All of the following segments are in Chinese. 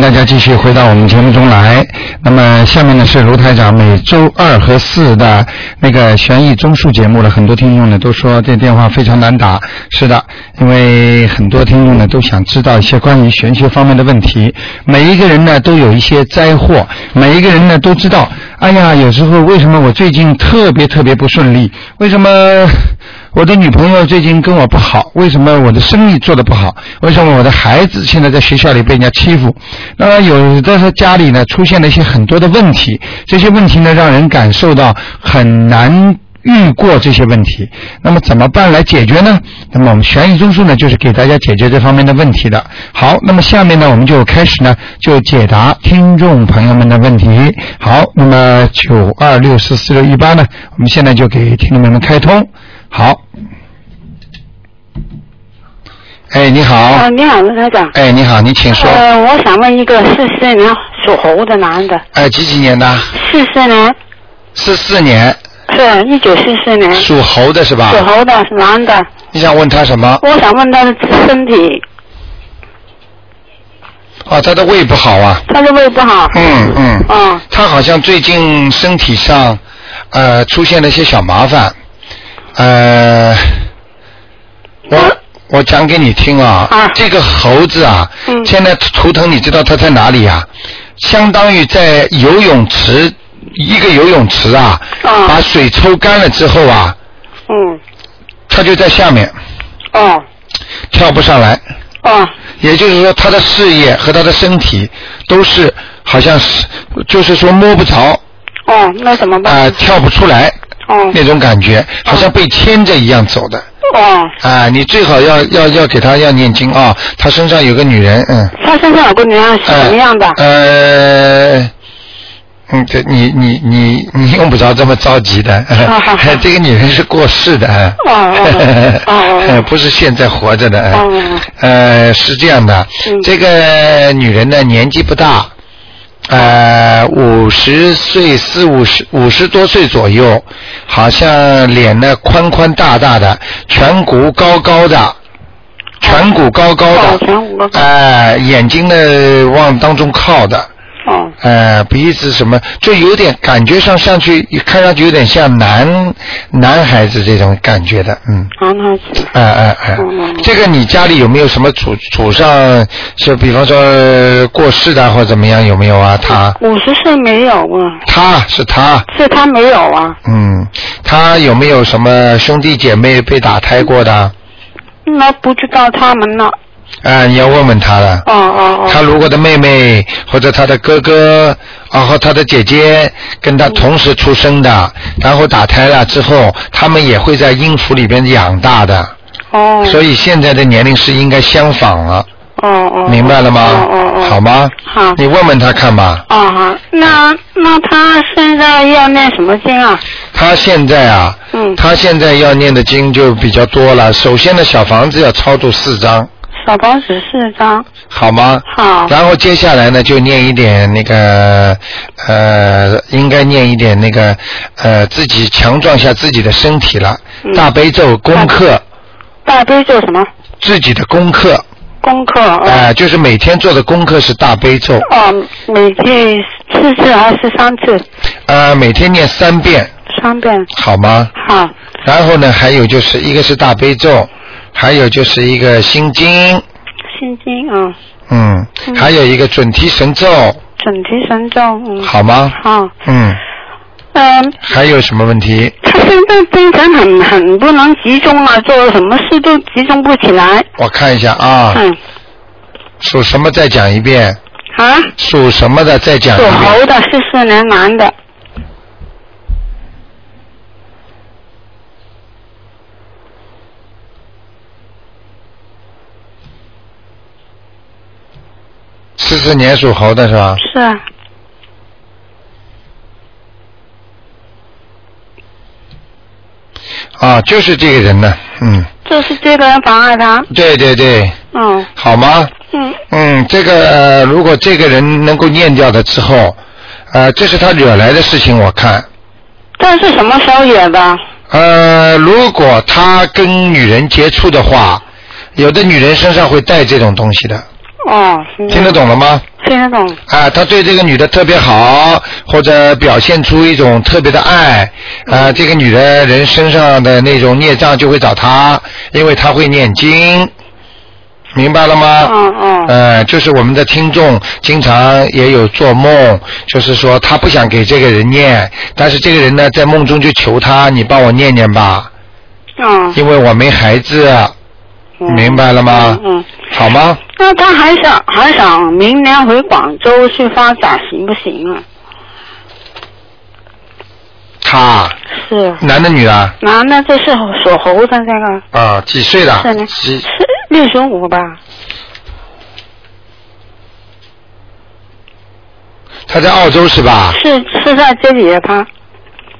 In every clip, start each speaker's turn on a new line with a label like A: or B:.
A: 大家继续回到我们节目中来。那么下面呢是卢台长每周二和四的那个悬疑综述节目了。很多听众呢都说这电话非常难打，是的，因为很多听众呢都想知道一些关于玄学方面的问题。每一个人呢都有一些灾祸，每一个人呢都知道，哎呀，有时候为什么我最近特别特别不顺利？为什么？我的女朋友最近跟我不好，为什么我的生意做得不好？为什么我的孩子现在在学校里被人家欺负？那么有的时候家里呢出现了一些很多的问题，这些问题呢让人感受到很难。遇过这些问题，那么怎么办来解决呢？那么我们悬疑综述呢，就是给大家解决这方面的问题的。好，那么下面呢，我们就开始呢，就解答听众朋友们的问题。好，那么九二六四四六一八呢，我们现在就给听众朋友们开通。好，哎，你好
B: 啊，，你好，卢台长。
A: 哎，你好，你请说。
B: 呃，我想问一个四四年属猴的男的，
A: 哎，几几年的？
B: 四四年
A: 四四年，
B: 是一九四四年属
A: 属猴的是啊吧？
B: 猴的男的，
A: 你想问他什么？
B: 我想问他的身体，
A: 啊，他的胃不好啊。
B: 他的胃不好。
A: 嗯嗯。
B: 哦，
A: 他好像最近身体上呃出现了一些小麻烦，呃，我我讲给你听啊，
B: 嗯啊
A: 这个猴子啊，
B: 嗯
A: 现在图腾你知道它在哪里啊？相当于在游泳池一个游泳池啊，
B: 啊
A: 把水抽干了之后啊，
B: 嗯，
A: 它就在下面
B: 哦，
A: 跳不上来，
B: 哦，
A: 也就是说他的事业和他的身体都是好像是就是说摸不着啊、
B: 哦，那怎么办？
A: 呃跳不出来。
B: 哦，
A: 那种感觉，好像被牵着一样走的。
B: 哦，
A: 啊，你最好要要要给他要念经啊、他身上有个女人，嗯，
B: 他身上有个女人是
A: 呃
B: 什么样的？
A: 呃，嗯，这你你你你用不着这么着急 的，
B: 好好好
A: 这个女人是过世的，啊
B: 哦哦 哦哦
A: 呃不是现在活着的，哎
B: 哦
A: 呃，是这样的，
B: 嗯
A: 这个女人呢年纪不大。呃，五十岁四五十五十多岁左右，好像脸呢宽宽大大的，颧骨高高的，颧骨高高
B: 哦
A: 的，，
B: 全五个。
A: 哎，眼睛呢往当中靠的，
B: 哦，
A: 呃，鼻子什么，就有点感觉上上去，看上去有点像男男孩子这种感觉的，嗯，
B: 男孩子。
A: 哎哎哎
B: 嗯，
A: 这个你家里有没有什么祖祖上，就比方说呃过世的或者怎么样，有没有啊？
B: 嗯
A: 他
B: 五十岁没有啊？
A: 他是他，
B: 是他没有啊？
A: 嗯，他有没有什么兄弟姐妹被打胎过的？啊、
B: 那不知道他们了。
A: 你要问问他了。
B: 哦嗯哦哦。
A: 他如果的妹妹或者他的哥哥，然后他的姐姐跟他同时出生的，然后打胎了之后，他们也会在阴府里边养大的，
B: 哦。
A: 所以现在的年龄是应该相仿了，
B: 哦哦，
A: 明白了吗
B: 哦哦哦，？
A: 好？吗？
B: 好。
A: 你问问他看吧，
B: 啊哈，那那他现在要念什么经啊？
A: 他现在啊，
B: 嗯，
A: 他现在要念的经就比较多了。首先呢，小房子要超度四张，
B: 小房子四张，
A: 好吗？
B: 好，
A: 然后接下来呢，就念一点那个，呃，应该念一点那个，呃，自己强壮一下自己的身体了。
B: 嗯
A: 大悲咒功课，
B: 大悲咒什么
A: 自己的功课，
B: 功课？哦
A: 哎、就是每天做的功课是大悲咒，
B: 哦，每天四次还是三次？
A: 呃，每天念三遍，
B: 三遍，
A: 好吗？
B: 好，
A: 然后呢，还有就是一个是大悲咒，还有就是一个心经，
B: 心经啊，
A: 嗯，
B: 嗯
A: 还有一个准提神咒，
B: 准提神咒，嗯，
A: 好吗？
B: 好，
A: 嗯，
B: 嗯。
A: 还有什么问题？
B: 他现在精神很很不能集中啊，做什么事都集中不起来。
A: 我看一下啊，
B: 嗯，
A: 属什么？再讲一遍。
B: 啊，
A: 属什么的再讲
B: 属
A: 一遍。
B: 猴的，四四年男的。
A: 四四年属猴的是吧？
B: 是啊，
A: 啊，就是这个人呢。嗯，
B: 就是这个人妨碍他。
A: 对对对，
B: 嗯
A: 好吗？
B: 嗯
A: 嗯，这个、呃、如果这个人能够念掉的之后，呃，这是他惹来的事情，我看。，
B: 这是什么时候野的？
A: 呃，如果他跟女人接触的话，有的女人身上会带这种东西的。
B: 哦，听
A: 听得懂了吗？
B: 听得懂。
A: 啊，他对这个女的特别好，或者表现出一种特别的爱，啊，这个女的人身上的那种孽障就会找他，因为他会念经，明白了吗？
B: 嗯嗯
A: 啊呃，就是我们的听众经常也有做梦，就是说他不想给这个人念，但是这个人呢在梦中就求他，你帮我念念吧，
B: 嗯。
A: 因为我没孩子，
B: 嗯
A: 明白了吗
B: 嗯。嗯
A: 好吗？
B: 那他还想还想明年回广州去发展，行不行啊？
A: 他
B: 是
A: 男的女的啊
B: 男的，这是属猴的那个，
A: 啊，几岁的？
B: 是呢，
A: 几
B: 是六十五吧？
A: 他在澳洲是吧？
B: 是是在这里的他，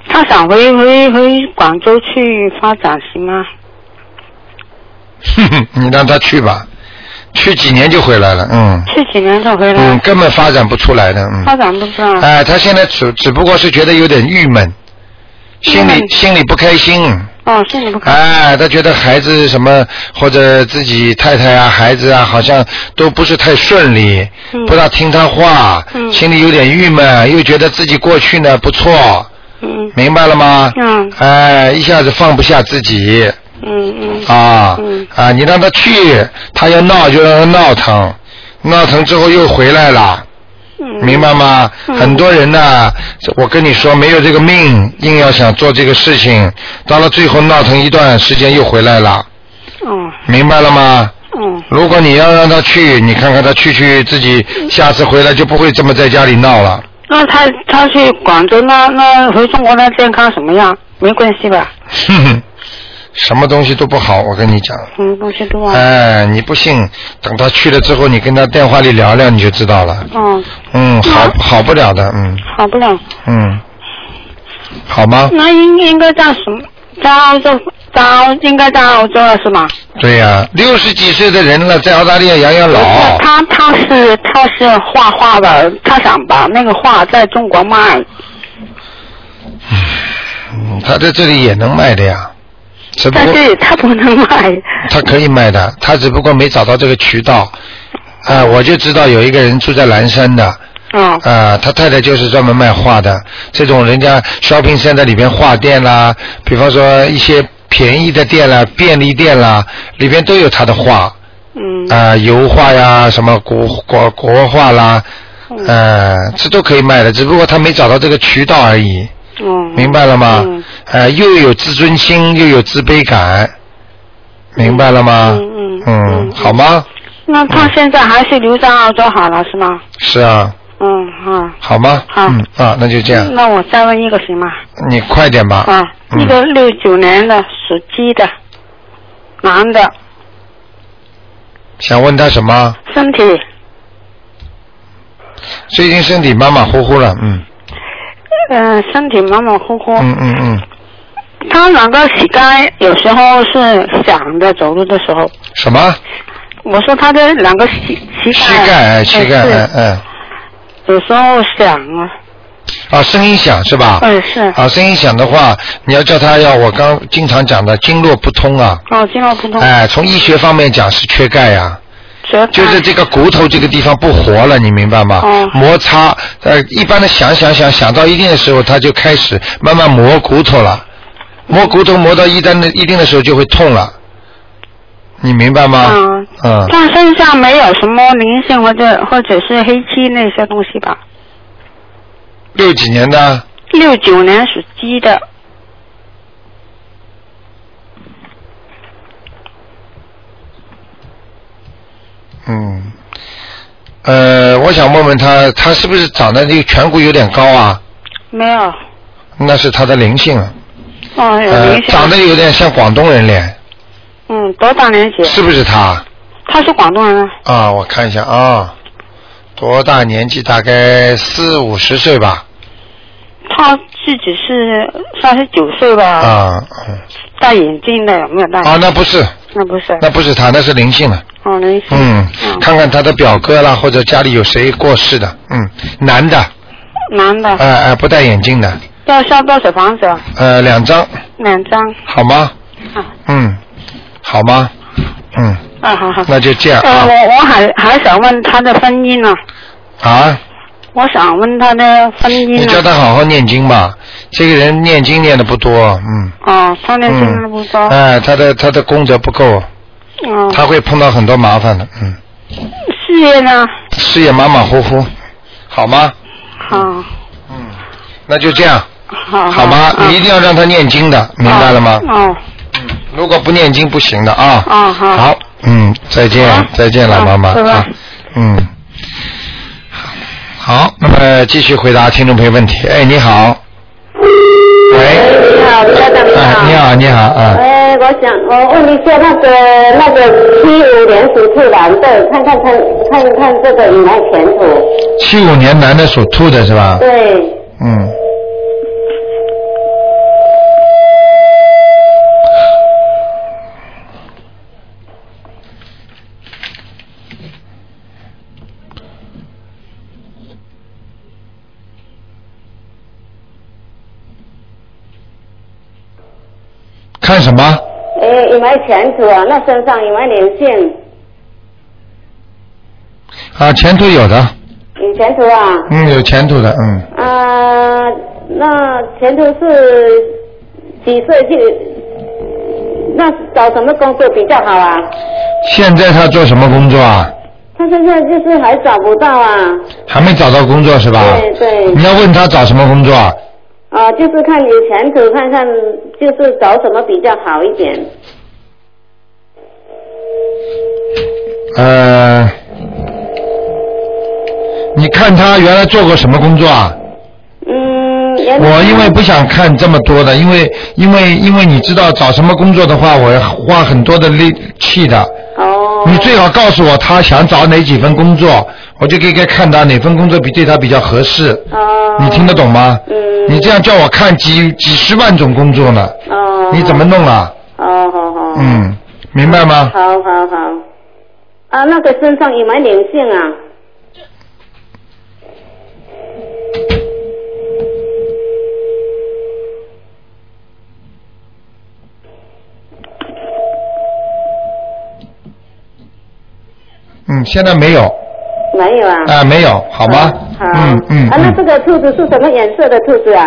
B: 他想回回回广州去发展，行吗？
A: 哼哼，你让他去吧，去几年就回来了，嗯
B: 去几年就回来，
A: 嗯，根本发展不出来的，
B: 发
A: 嗯。
B: 展不上。
A: 哎、他现在只只不过是觉得有点郁闷，心
B: 郁
A: 里
B: 闷
A: 心里不开心，
B: 哦，现在不可以。
A: 哎、他觉得孩子什么或者自己太太啊、孩子啊，好像都不是太顺利，
B: 嗯
A: 不大听他话，
B: 嗯
A: 心里有点郁闷，又觉得自己过去呢不错，
B: 嗯
A: 明白了吗？
B: 嗯
A: 哎、一下子放不下自己，
B: 嗯嗯。
A: 啊、
B: 嗯
A: 啊！你让他去，他要闹就让他闹腾，闹腾之后又回来了，
B: 嗯
A: 明白吗？
B: 嗯
A: 很多人呢，我跟你说没有这个命，硬要想做这个事情，到了最后闹腾一段时间又回来了，
B: 哦
A: 明白了吗？
B: 嗯
A: 如果你要让他去，你看看他去去自己，下次回来就不会这么在家里闹 了。
B: 那他他去广州，那那回中国的健康什么样？没关系吧？
A: 哼哼，什么东西都不好，我跟你讲。
B: 嗯，不是多啊。
A: 哎，你不信，等他去了之后，你跟他电话里聊聊，你就知道了。
B: 嗯，
A: 嗯，好
B: 啊
A: 好不了的，嗯
B: 好不了。
A: 嗯，好吗？
B: 那应应该在什么？在澳洲，在澳应该在澳洲了是吗？
A: 对呀、六十几岁的人了，在澳大利亚养养老
B: 不是，嗯他他是他是画画的，他想把那个画在中国卖。
A: 呃嗯他在这里也能卖的呀，只不
B: 但
A: 过
B: 是他不能卖。
A: 他可以卖的，他只不过没找到这个渠道。啊、我就知道有一个人住在蓝山的，啊、
B: 嗯
A: 他太太就是专门卖画的，这种人家 shopping center 里边画店啦，比方说一些便宜的店啦、便利店啦，里边都有他的画。
B: 嗯
A: 啊、油画呀，什么国国国画啦，
B: 嗯
A: 呃，这都可以卖的，只不过他没找到这个渠道而已，
B: 嗯，
A: 明白了吗？
B: 嗯
A: 呃，又有自尊心，又有自卑感，明白了吗？
B: 嗯嗯嗯
A: 好吗？
B: 那他现在还是留在澳洲好了是吗？
A: 是啊，
B: 嗯啊。
A: 好吗？
B: 好
A: 嗯啊，那就这样，
B: 那我再问一个行吗？
A: 你快点吧。
B: 啊，
A: 嗯
B: 一个六九年的属鸡的男的，
A: 想问他什么？
B: 身体
A: 最近身体马马虎虎了，嗯
B: 嗯、呃身体马马虎虎，
A: 嗯嗯嗯，
B: 他两个膝盖有时候是响的，走路的时候。
A: 什么？
B: 我说他的两个膝膝
A: 膝
B: 盖
A: 盖，哎
B: 呃
A: 膝盖，
B: 是
A: 嗯嗯，
B: 有时候响啊，
A: 啊，声音响是吧？
B: 嗯是，
A: 啊，声音响的话，你要叫他要我刚经常讲的经络不通啊，
B: 哦经络不通，
A: 哎，从医学方面讲是缺钙呀、
B: 舌苔
A: 就是这个骨头这个地方不活了，你明白吗？
B: 哦
A: 摩擦，呃，一般的想想想想到一定的时候，它就开始慢慢磨骨头了，磨骨头磨到一定的一定的时候就会痛了，你明白吗？
B: 嗯
A: 嗯，
B: 他身上没有什么灵性或者或者是黑漆那些东西吧？
A: 六几年的，
B: 六九年属鸡的，
A: 嗯，呃，我想问问他，他是不是长得这个颧骨有点高啊？
B: 没有，
A: 那是他的灵性啊了。
B: 哦有
A: 呃，
B: 灵性，
A: 长得有点像广东人脸，
B: 嗯多大年纪？
A: 是不是他？
B: 他是广东人啊，
A: 啊，我看一下啊，多大年纪？大概四五十岁吧。
B: 他自己是三十九岁吧，
A: 啊，嗯
B: 戴眼镜的有没有戴？
A: 啊，那不是，
B: 那不是，
A: 那不是他，那是灵性了。
B: 哦灵性，
A: 嗯，
B: 嗯
A: 看看他的表哥啦，或者家里有谁过世的，嗯，男的，
B: 男的
A: 哎、，哎、不戴眼镜的，
B: 要烧多少房子啊？
A: 呃，两张，
B: 两张
A: 好吗？
B: 啊，
A: 嗯，好吗？嗯，
B: 啊，好好。
A: 那就这样
B: 呃，
A: 啊
B: 我我还还想问他的婚姻啊，
A: 啊！
B: 我想问他的婚
A: 你
B: 姻
A: 叫
B: 啊。
A: 他好好念经吧，这个人念经念的不多，嗯，
B: 哦，他那现在
A: 嗯
B: 不，高。
A: 哎，他的他的功德不够，
B: 嗯。
A: 他会碰到很多麻烦的，嗯，
B: 事业呢？
A: 事业马马虎虎，好吗？
B: 好。
A: 嗯，那就这样，
B: 好。
A: 好吗？
B: 嗯
A: 你一定要让他念经的，明白了吗？
B: 哦。
A: 如果不念经不行的啊。
B: 哦好
A: 好，嗯，再见
B: 好，
A: 再见，老
B: 好
A: 妈妈
B: 拜拜
A: 啊，嗯。好，那么继续回答听众朋友问题。哎，你好。喂。
C: 你好，台长你
A: 哎，
C: 好。
A: 你。好，你好，啊。
C: 哎，我想我问一下那个那个七五年属兔男的，看看看看看这个有没有前途？
A: 七五年男的属兔的是吧？
C: 对，
A: 嗯。看什么？
C: 哎，有没有前途啊？那身上有没有灵性？
A: 啊，前途有的，
C: 有前途啊？
A: 嗯，有前途的，嗯。
C: 啊、那前途是几岁就？那找什么工作比较好啊？
A: 现在他做什么工作啊？
C: 他现在就是还找不到啊。
A: 还没找到工作是吧？
C: 对对
A: 你。要问他找什么工作啊？
C: 啊、就是看有前途，看看就是找什么比较好一点。
A: 呃，你看他原来做过什么工作啊？
C: 嗯，原来
A: 我因为不想看这么多的，因为因为因为你知道找什么工作的话，我要花很多的力气的。
C: 哦，
A: 你最好告诉我他想找哪几份工作，我就可以看他哪份工作比对他比较合适。
C: 哦，
A: 你听得懂吗？
C: 嗯，
A: 你这样叫我看几几十万种工作呢，
C: 哦，
A: 你怎么弄啊？
C: 哦，好好，，
A: 嗯，明白吗？
C: 好好好，啊，那个身上有没有灵性啊？
A: 嗯，现在没有
C: 没有啊，
A: 啊、没有，好吗？
C: 好，
A: 嗯嗯
C: 啊，那这
A: 嗯
C: 个兔子是什么颜色的兔子啊？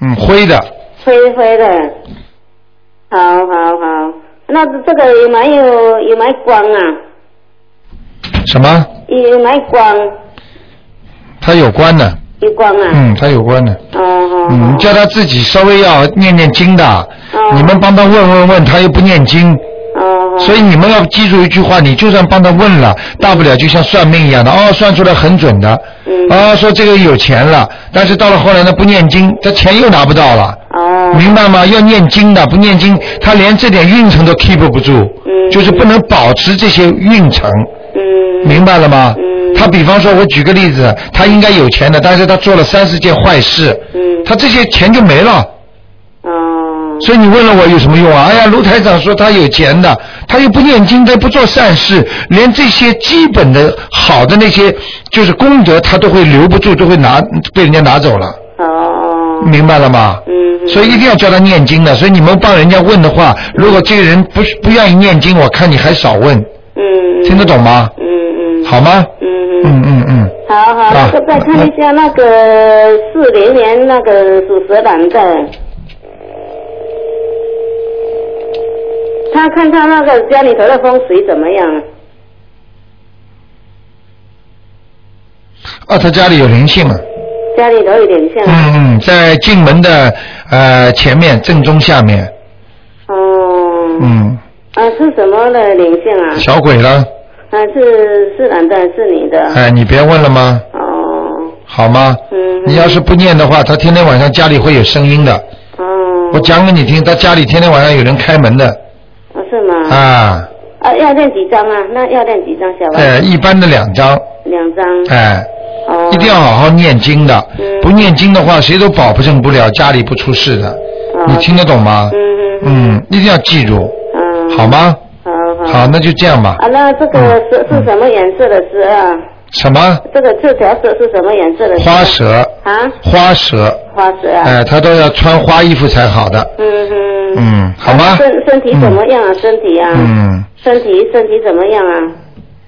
A: 嗯，灰的，
C: 灰灰的，好好好，那这个有没有有没有光啊？
A: 什么？
C: 有没有光？
A: 它有关的，
C: 有光啊？，
A: 嗯，它有关的，
C: 哦，好，
A: 嗯，
C: 好
A: 你叫他自己稍微要念念经的，
C: 哦
A: 你们帮他问问问，他又不念经，
C: 哦，好
A: 所以你们要记住一句话，你就算帮他问了，大不了就像算命一样的，哦，算出来很准的，
C: 嗯，
A: 哦，说这个有钱了，但是到了后来呢，不念经，他钱又拿不到了。
C: 哦，
A: 明白吗？要念经的，不念经，他连这点运程都 keep 不住，
C: 嗯
A: 就是不能保持这些运程，
C: 嗯，
A: 明白了吗？
C: 嗯
A: 他比方说，我举个例子，他应该有钱的，但是他做了三四件坏事，
C: 嗯，
A: 他这些钱就没了。
C: 哦，
A: 所以你问了我有什么用啊？哎呀，卢台长说他有钱的，他又不念经，他又不做善事，连这些基本的好的那些就是功德，他都会留不住，都会拿被人家拿走了，
C: 哦，
A: 明白了吗？
C: 嗯，
A: 所以一定要教他念经的。所以你们帮人家问的话，如果这个人不不愿意念经，我看你还少问，
C: 嗯，
A: 听得懂吗？
C: 嗯嗯，
A: 好吗？
C: 嗯
A: 嗯
C: 嗯，
A: 嗯嗯。
C: 好好，那个再看一下那个四零年那个属蛇男的，他看看那个家里头的风水怎么样？
A: 啊，他家里有灵性啊。
C: 家里头有点像，
A: 嗯嗯，在进门的呃前面正中下面，
C: 哦，
A: 嗯，
C: 啊是什么的灵性啊？
A: 小鬼了。
C: 啊是是男的还是女的？
A: 哎，你别问了吗？
C: 哦，
A: 好吗？
C: 嗯，
A: 你要是不念的话，他天天晚上家里会有声音的。
C: 哦，
A: 我讲给你听，他家里天天晚上有人开门的
C: 哦是吗？
A: 啊，
C: 啊，要练几张啊？那要练几张小王？
A: 呃，一般的两张，
C: 两张。
A: 哎，
C: 哦。
A: 一定要好好念经的
C: 嗯，
A: 不念经的话，谁都保证不了家里不出事的。
C: 哦。
A: 你听得懂吗？
C: 嗯嗯
A: 嗯，一定要记住，
C: 嗯。
A: 好？吗？
C: 好好。
A: 好，那就这样吧
C: 啊，。那这个
A: 嗯
C: 是是什么颜色的蛇啊？
A: 什么
C: 这个这条蛇是什么颜色的？
A: 花。蛇？
C: 啊，
A: 花蛇，哎
C: 花蛇啊。
A: 哎，他都要穿花衣服才好的。
C: 嗯嗯。
A: 嗯，好吗？
C: 身身体怎么样啊？身体啊？
A: 嗯，
C: 身体身体怎么样啊？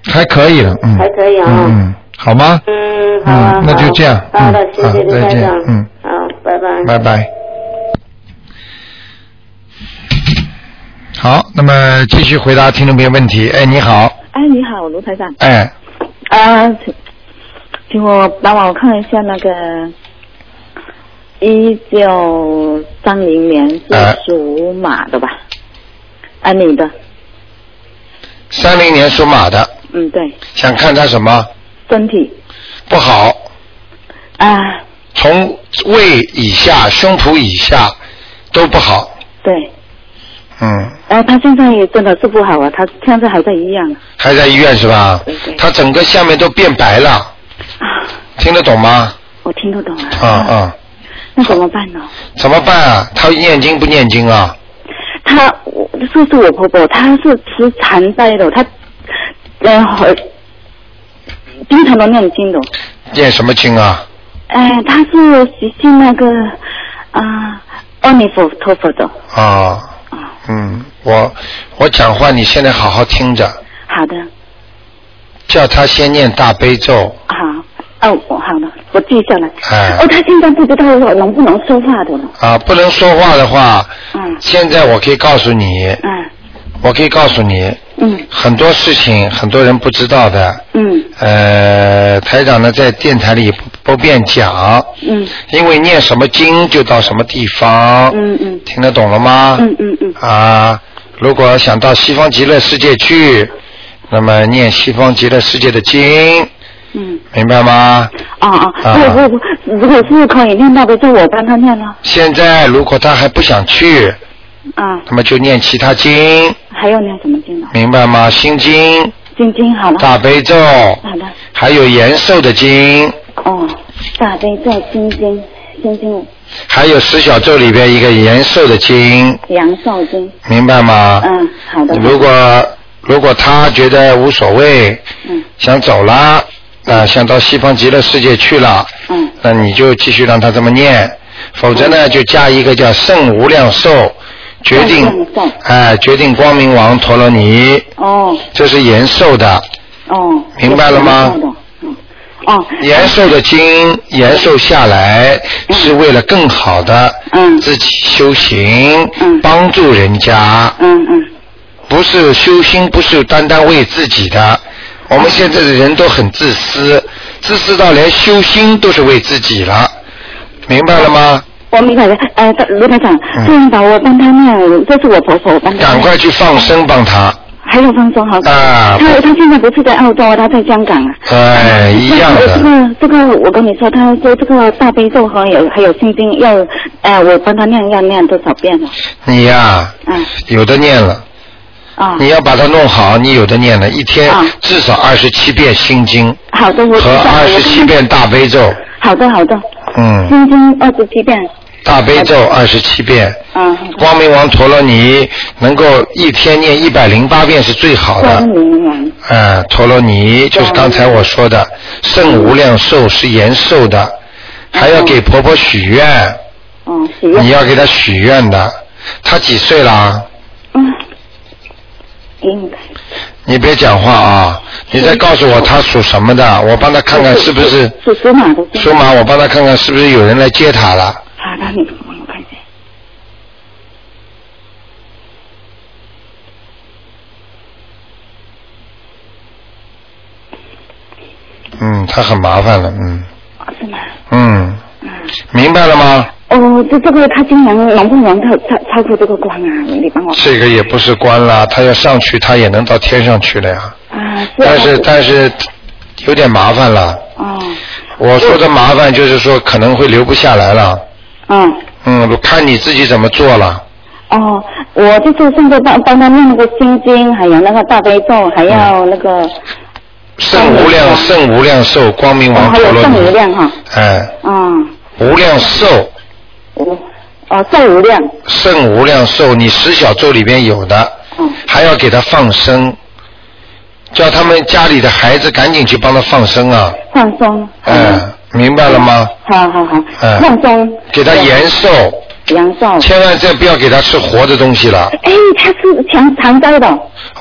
A: 还可以了，嗯，
C: 还可以啊
A: 嗯，好吗？
C: 嗯，好啊
A: 嗯，那
C: 好
A: 就这样
C: 好的
A: 嗯，
C: 谢
A: 好
C: 谢
A: 再
C: 卢台
A: 见
C: 长。
A: 嗯，
C: 好，拜拜。
A: 拜拜。好，那么继续回答听众朋友问题。哎，你好，
D: 哎，你好，卢台长。
A: 哎，
D: 啊、请请我帮我看一下那个一九三零年是
A: 哎
D: 属马的吧？啊，女的，
A: 三零年属马的，
D: 嗯，对，
A: 想看他什么？
D: 身体
A: 不好，
D: 啊，
A: 从胃以下、胸脯以下都不好。
D: 对，
A: 嗯，
D: 哎，她现在也真的是不好啊，她现在还在医院啊
A: 还在医院是吧
D: 对
C: 嗯
D: 对？
A: 他整个下面都变白了，
D: 啊，
A: 听得懂吗？
D: 我听不懂啊，
A: 啊啊，
D: 那怎么办呢？
A: 怎么办啊？他念经不念经啊？
D: 她，我这是我婆婆，她是吃残斋的，她，呃，好经常都念经的。
A: 念什么经啊？
D: 哎，他是习信那个啊，阿弥陀佛的
A: 啊，
D: 啊。
A: 嗯，我我讲话你现在好好听着，
D: 好的，
A: 叫他先念大悲咒，
D: 好，哦，我好了，我记下来。
A: 哎
D: 哦，他现在不知道我能不能说话的了。
A: 啊，不能说话的话，
D: 嗯
A: 现在我可以告诉你，
D: 嗯
A: 我可以告诉你，
D: 嗯
A: 很多事情很多人不知道的，
D: 嗯
A: 呃，台长呢在电台里不不便讲，
D: 嗯
A: 因为念什么经就到什么地方，
D: 嗯嗯
A: 听得懂了吗？
D: 嗯嗯嗯，
A: 啊，如果想到西方极乐世界去，那么念西方极乐世界的经，
D: 嗯，
A: 明白吗？
D: 哦哦，
A: 啊
D: 不不不，如果是可以念到的，就我帮他念了。
A: 现在如果他还不想去，
D: 啊，
A: 那么就念其他经，
D: 还要念什么经呢？
A: 明白吗？心经、
D: 心经好了。
A: 大悲咒，
D: 好的，
A: 还有延寿的经，
D: 哦，大悲咒、心经、心经、
A: 还有十小咒里边一个延寿的经，
D: 阳寿经。
A: 明白吗？
D: 嗯，好的。
A: 如果如果他觉得无所谓，
D: 嗯
A: 想走了，啊、想到西方极乐世界去了，
D: 嗯
A: 那你就继续让他这么念，否则呢，就加一个叫圣无量寿，决定
D: 圣无量寿，
A: 哎、决定光明王陀罗尼，
D: 哦。
A: 这是延寿的，
D: 哦，
A: 明白了吗
D: 我知道的嗯哦，
A: 延寿的经延寿下来
D: 嗯
A: 是为了更好的
D: 嗯
A: 自己修行，
D: 嗯
A: 帮助人家，
D: 嗯嗯，
A: 不是修心，不是单单为自己的。我们现在的人都很自私，自私到连修心都是为自己了，明白了吗？
D: 我明白了。呃，卢台长，
A: 嗯
D: 这样吧，我帮他念，这是我婆婆，我帮他念
A: 赶快去放生帮他，
D: 还有放松好。
A: 啊
D: 他他现在不是在澳洲啊，他在香港啊。
A: 哎，一样
D: 那这
A: 的，
D: 个这个，我跟你说，他说这个大悲咒和有还有心经要，呃，我帮他念要念多少遍了？
A: 你呀、
D: 嗯
A: 有的念了，
D: 啊，
A: 你要把它弄好，你有的念了，一天
D: 啊
A: 至少二十七遍心经
D: 好的，我知
A: 和
D: 道了。
A: 二十七
D: 我
A: 遍大悲咒，
D: 看看。好的好的，
A: 嗯，
D: 心经二十七遍。
A: 大悲咒二十七遍，
D: 嗯，好的
A: 光明王陀罗尼能够一天念一百零八遍是最好
D: 光
A: 的。
D: 明王。
A: 嗯，陀罗尼就是刚才我说的，
D: 嗯
A: 圣无量寿是延寿的，还
D: 嗯
A: 要给婆婆许愿，
D: 哦，许愿。
A: 你要给她许愿的。她几岁了啊？
D: 嗯，给你看。
A: 你别讲话啊！你再告诉我他属什么的，我帮他看看是不是
D: 属属马的？
A: 属。马，我帮他看看是不是有人来接他了。
D: 好的，啊你帮我看一下。
A: 嗯，他很麻烦了，嗯
D: 啊是吗？
A: 嗯，
D: 嗯。
A: 明白了吗？
D: 哦，这这个他今年能不能超超超过这个关啊？你帮我。
A: 这个也不是关了，他要上去，他也能到天上去了呀。
D: 啊，是。
A: 但是但是有点麻烦了。
D: 哦，
A: 我说的麻烦就是说可能会留不下来了。
D: 嗯。
A: 嗯，看你自己怎么做了。
D: 哦，我就是现在帮帮他念那个心经，还有那个大悲咒，还要
A: 嗯
D: 那个，
A: 圣无量圣无量寿，光明
D: 哦
A: 王
D: 还
A: 陀
D: 有
A: 罗
D: 正无
A: 尼。
D: 量哈，
A: 哎，
D: 嗯，
A: 无量寿。
D: 我，哦，正无量，
A: 圣无量寿，你十小咒里边有的，
D: 嗯，
A: 还要给他放生，叫他们家里的孩子赶紧去帮他放生啊！哎
D: 放松，
A: 嗯，明白了吗？
D: 好好好
A: 嗯，
D: 放松，
A: 给他延寿，
D: 阳寿。
A: 千万再不要给他吃活的东西了。
D: 哎，他是强长灾的，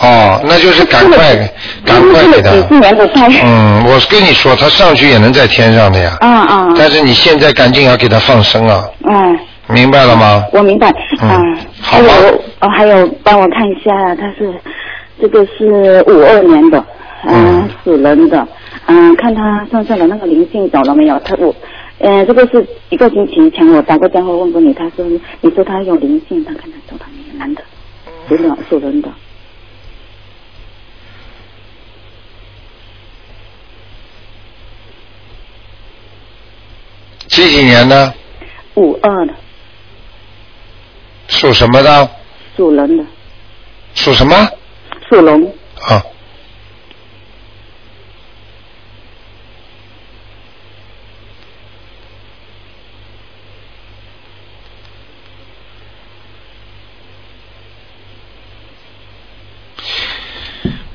A: 哦，那就是赶快赶快
D: 吃
A: 给他
D: 了。几十年的灾。
A: 嗯，我跟你说，他上去也能在天上的呀。
D: 啊啊
A: 但是你现在赶紧要给他放生啊，
D: 嗯，
A: 明白了吗？
D: 我明白。
A: 嗯
D: 啊，
A: 好
D: 还有
A: 吧
D: 哦，还有帮我看一下，他是这个是五二年的，
A: 嗯
D: 嗯，属人的，嗯，看他身上的那个灵性走了没有？他我，呃，这个是一个星期前我打过电话问过你，他说你说他有灵性，他看他走了没有？男的，属人属人的，
A: 几几年呢？
D: 五二的
A: 属什么的？
D: 属人的
A: 属什么？
D: 属龙，
A: 啊。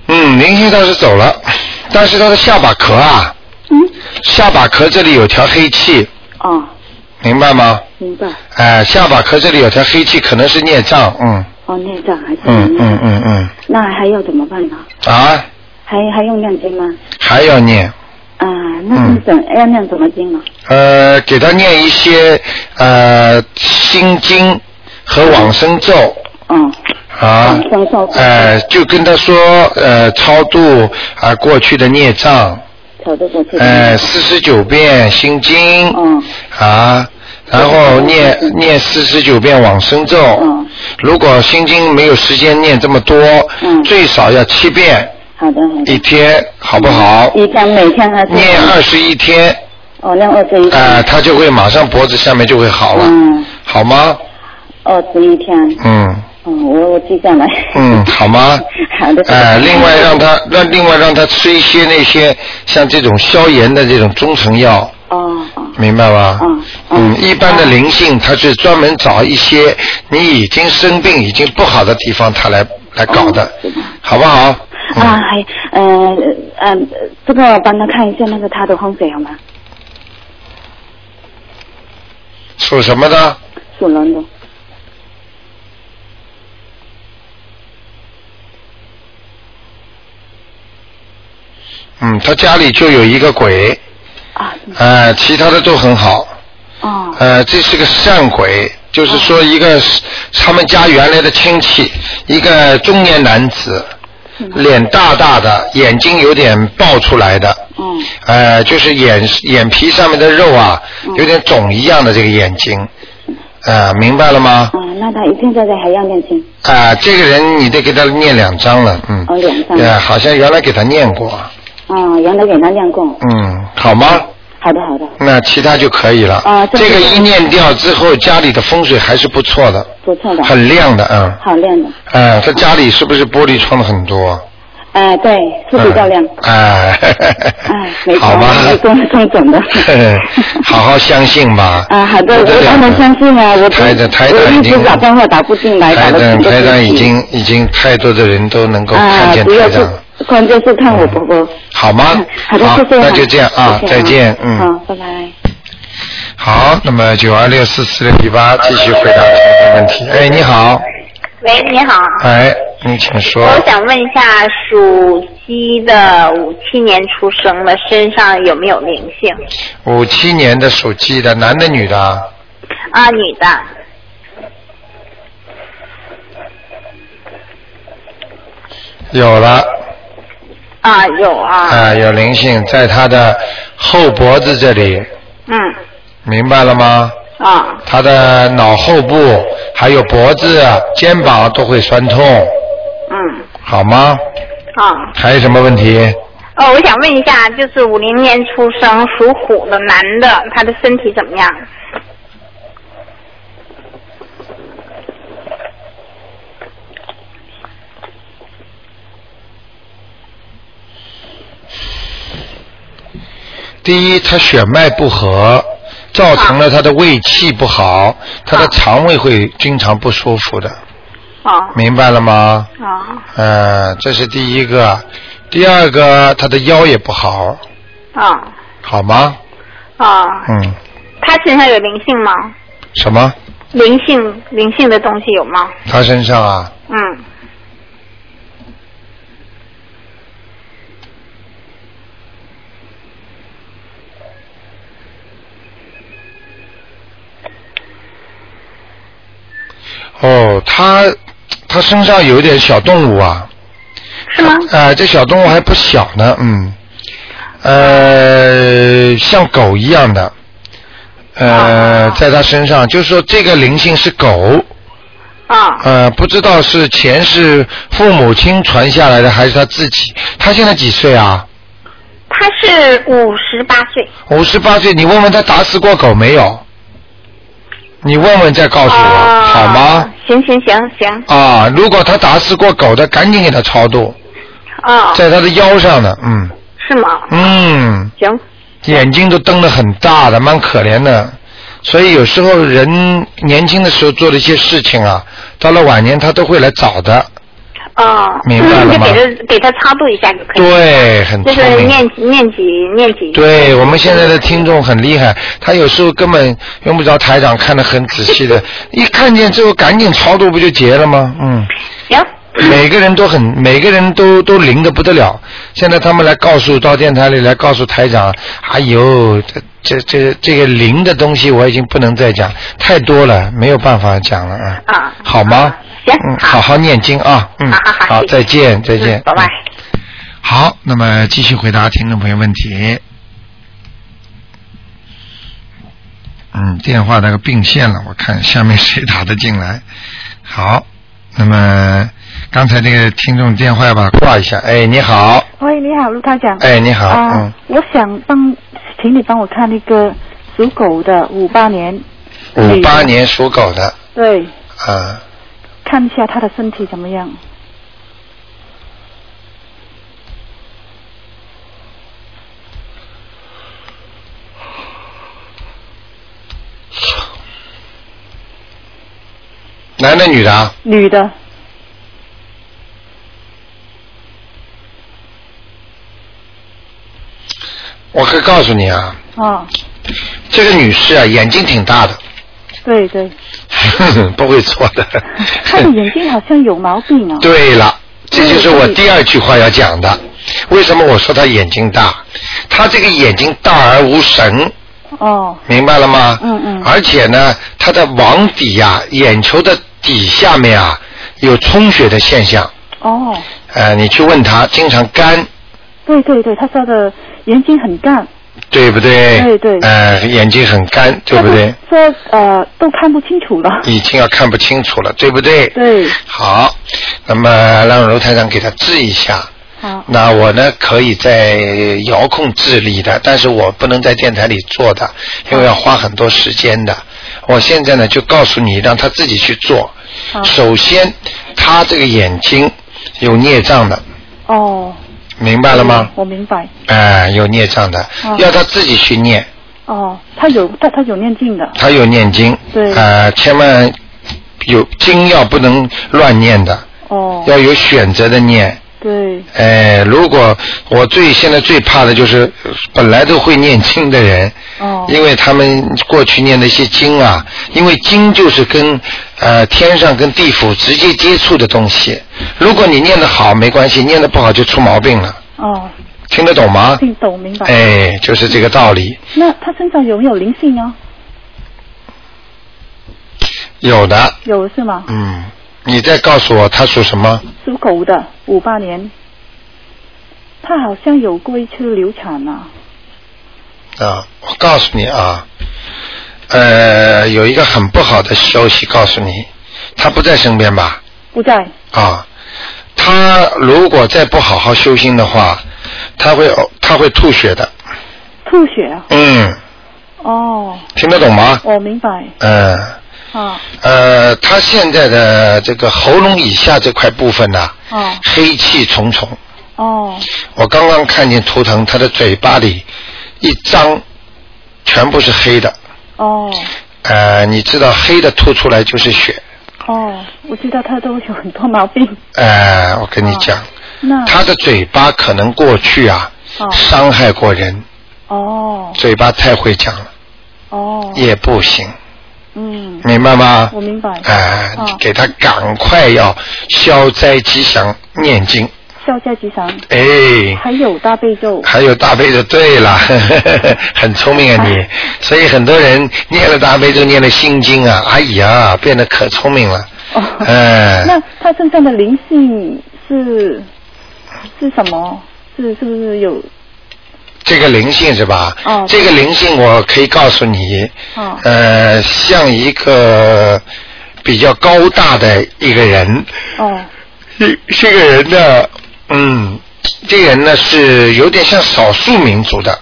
A: 嗯，灵性倒是走了，但是他的下巴壳啊，
D: 嗯，
A: 下巴壳这里有条黑气，
D: 哦，
A: 明白吗？
D: 明白，
A: 哎、下巴壳这里有条黑气，可能是孽障，嗯
D: 哦，内脏还是
A: 嗯
D: 孽障
A: 嗯嗯嗯，
D: 那还要怎么办呢？
A: 啊，
D: 还还用念经吗？
A: 还要念，
D: 啊，那
A: 嗯
D: 是怎、要念什么经啊呢？
A: 呃，给他念一些呃心经和往生咒
D: 嗯，
A: 啊
D: 往生咒，
A: 呃，就跟他说呃超度啊、过去的孽障，
D: 调得过去。
A: 呃四十九遍心经
D: 嗯
A: 啊，然后念念四十九遍往生咒，
D: 嗯，
A: 如果心经没有时间念这么多，
D: 嗯
A: 最少要七遍
D: 好的好的。
A: 一天，好不好？
D: 一天每天还是
A: 念二十一天，
D: 哦，念二十一天。
A: 啊、他就会马上脖子下面就会好啊了，
D: 嗯，
A: 好吗？
D: 二十一天。
A: 嗯
D: 嗯，我我记下来。
A: 嗯，好吗？
D: 好的。
A: 哎、另外让他让另外让他吃一些那些像这种消炎的这种中成药，
D: 哦哦
A: 明白吧？
D: 嗯
A: 嗯，
D: 嗯
A: 一般的灵性，它是专门找一些你已经生病、已经不好的地方，它来来搞的，
D: 嗯是的
A: 好不好？嗯、
D: 啊，还呃呃，这个帮他看一下那个他的风水好吗？
A: 属什么的？
D: 属龙的，
A: 嗯，他家里就有一个鬼，
D: 啊，是吗
A: 呃，其他的都很好，
D: 哦
A: 呃，这是个善鬼，就是说一
D: 嗯
A: 个是他们家原来的亲戚，一个中年男子，
D: 嗯
A: 脸大大的，眼睛有点爆出来的，
D: 哦
A: 呃，就是眼眼皮上面的肉啊，
D: 嗯
A: 有点肿一样的这个眼睛，呃，明白了吗？
D: 哦，那他一定在这还要念经，
A: 啊、这个人你得给他念两张了，嗯，
D: 嗯哦两张
A: 对、好像原来给他念过，
D: 哦，原来给他念过，
A: 嗯，好吗？
D: 好的好的，
A: 那其他就可以了。
D: 啊这
A: 这
D: 个
A: 个一念掉之后，家里的风水还是不错的，
D: 不错的，
A: 很亮的，嗯。
D: 好亮的。
A: 哎，他家里是不是玻璃窗的很多？嗯
D: 哎、对，是比较亮。
A: 哎、
D: 哎，没错
A: 好吧，，。
D: 中中准的
A: 好好相信吧。
D: 啊，好的，
A: 不得
D: 我
A: 了
D: 当然相信啊，我不
A: 台长，台
D: 我
A: 长已
D: 一直
A: 经
D: 打电话打不进来，打
A: 台
D: 了
A: 长，
D: 几个
A: 台长
D: 星
A: 已
D: 期
A: 经已经太多的人都能够看
D: 啊，
A: 见
D: 主
A: 台
D: 要
A: 长
D: 是
A: 了，
D: 关键是看我婆婆。
A: 好吗？
D: 好的，谢谢啊。
A: 那就这样啊，
D: 谢谢
A: 再见，嗯。
D: 好，拜拜。
A: 好，那么九二六四四六一八继续回答同学问题。哎，你好，
E: 喂，你好，
A: 哎，你请说。
E: 我想问一下，属鸡的五七年出生的身上有没有灵性？
A: 五七年的属鸡的，男的女的啊？
E: 啊，女的，
A: 有了，
E: 啊，有
A: 啊、
E: 啊，
A: 有灵性在他的后脖子这里，
E: 嗯，
A: 明白了吗？
E: 啊，
A: 他的脑后部还有脖子、啊肩膀都会酸痛，
E: 嗯，
A: 好吗？
E: 啊，
A: 还有什么问题？
E: 哦，我想问一下，就是五零年出生属虎的男的，他的身体怎么样？
A: 第一，他血脉不和，造成了他的胃气不好，他的
E: 啊
A: 肠胃会经常不舒服的，
E: 哦，
A: 明白了吗？
E: 啊，
A: 嗯，这是第一个，第二个他的腰也不好，
E: 啊，
A: 好吗？
E: 啊，
A: 嗯，
E: 他身上有灵性吗？
A: 什么？
E: 灵性灵性的东西有吗？
A: 他身上啊，
E: 嗯，
A: 哦，他他身上有一点小动物啊，
E: 是吗？
A: 呃，这小动物还不小呢，嗯，呃，像狗一样的，呃，在他身上，就是说这个灵性是狗，
E: 啊，
A: 呃，不知道是前世父母亲传下来的还是他自己。他现在几岁啊？
E: 他是五十八岁。
A: 五十八岁，你问问他打死过狗没有？你问问再告诉我，
E: 啊
A: 好吗？？
E: 行行行行，
A: 啊，如果他打死过狗的，赶紧给他超度，
E: 啊，
A: 在他的腰上呢，嗯
E: 是吗？
A: 嗯，
E: 行，
A: 眼睛都瞪得很大的，蛮可怜的。所以有时候人年轻的时候做的一些事情啊，到了晚年他都会来找的。
E: 啊，
A: 明白了
E: 就
A: 吗
E: 给他给他超度一下就可以。
A: 对，很
E: 就
A: 聪
E: 是
A: 明。
E: 念几念几念几。
A: 对我们现在的听众很厉害，他有时候根本用不着台长看得很仔细的，一看见之后赶紧超度不就结了吗？嗯，
E: 行，
A: 每个人都很，每个人都都灵的不得了。现在他们来告诉到电台里来告诉台长，哎呦，这这这这个灵的东西我已经不能再讲，太多了，没有办法讲了啊。
E: 啊
A: 好吗？
E: 行
A: 嗯，
E: 好
A: 好好念经啊，嗯，
E: 好好好谢谢
A: 再见，再见
E: 嗯，拜拜。
A: 好，那么继续回答听众朋友问题。嗯，电话那个并线了，我看下面谁打得进来。好，那么刚才那个听众电话要把它挂一下。哎，你好，
F: 喂，你好，卢台长。
A: 哎，你好，
F: 啊、
A: 嗯，
F: 我想帮，请你帮我看一个属狗的五八年，
A: 五八年属狗的
F: 对，
A: 啊，
F: 看一下他的身体怎么样。
A: 男的女的啊？
F: 女的，
A: 我可以告诉你啊，
F: 哦，
A: 这个女士啊，眼睛挺大的，
F: 对对，
A: 不会错的。
F: 她的眼睛好像有毛病啊。
A: 对了，这就是我第二句话要讲的。为什么我说他眼睛大？他这个眼睛大而无神，
F: 哦，
A: 明白了吗？
F: 嗯嗯
A: 而且呢，他的网底呀、眼球的底下面啊，有充血的现象。
F: 哦，
A: 呃，你去问他，经常干，
F: 对对对，她说的眼睛很干，
A: 对不对？
F: 对对
A: 呃，眼睛很干，对不对？
F: 她都说呃都看不清楚了。
A: 已经要看不清楚了，对不对？
F: 对，
A: 好，那么让楼台长给他治一下。
F: 好，
A: 那我呢可以在遥控治理的，但是我不能在电台里做的，因为要花很多时间的。我现在呢就告诉你，让他自己去做。
F: 好，
A: 首先，他这个眼睛有孽障的，
F: 哦，
A: 明白了吗？
F: 嗯我明白。
A: 哎、有孽障的，
F: 哦
A: 要他自己去念。
F: 哦，她有，她她有念经的。
A: 他有念经，
F: 对
A: 啊，千万有经要不能乱念的，
F: 哦，
A: 要有选择的念。
F: 对，
A: 哎，如果我最现在最怕的就是呃本来都会念经的人，
F: 哦，
A: 因为他们过去念的一些经啊，因为经就是跟呃天上跟地府直接接触的东西。如果你念得好没关系，念得不好就出毛病了，
F: 哦，
A: 听得懂吗？
F: 听懂明白。
A: 哎，就是这个道理。
F: 那他身上有没有灵性啊？
A: 有的，
F: 有是吗？
A: 嗯，你再告诉我他属什么？
F: 属狗的，五八年。他好像有过一次流产啊。
A: 啊，我告诉你啊，呃，有一个很不好的消息告诉你，他不在身边吧？
F: 不在。
A: 啊，他如果再不好好修心的话，他会呕他会吐血的。
F: 吐血啊？
A: 嗯，
F: 哦，
A: 听得懂吗？
F: 我明白
A: 嗯、
F: 啊。
A: 呃，他现在的这个喉咙以下这块部分呢、
F: 哦
A: 黑气重重。
F: 哦
A: 我刚刚看见图腾，他的嘴巴里一张全部是黑的。
F: 哦
A: 呃，你知道黑的吐出来就是血。
F: 哦，我知道他都有很多毛病。
A: 呃，我跟你讲，
F: 哦那
A: 他的嘴巴可能过去啊、
F: 嗯哦
A: 伤害过人，
F: 哦
A: 嘴巴太会讲了，
F: 哦
A: 也不行。
F: 嗯，
A: 明白吗？
F: 我明白。
A: 哎、
F: 哦
A: 给他赶快要消灾吉祥念经，
F: 消灾吉祥，
A: 哎，
F: 还有大悲咒。
A: 还有大悲咒，对了， 很聪明啊 你。所以很多人念了大悲咒，念了心经啊，哎呀，变得可聪明了。
F: 哦，
A: 哎、
F: 那他身上的灵性是是什么？是是不是有？
A: 这个灵性是吧？
F: 哦
A: 这个灵性我可以告诉你，
F: 哦
A: 呃，像一个比较高大的一个人，
F: 哦
A: 这这个人呢，嗯，这个人呢是有点像少数民族的，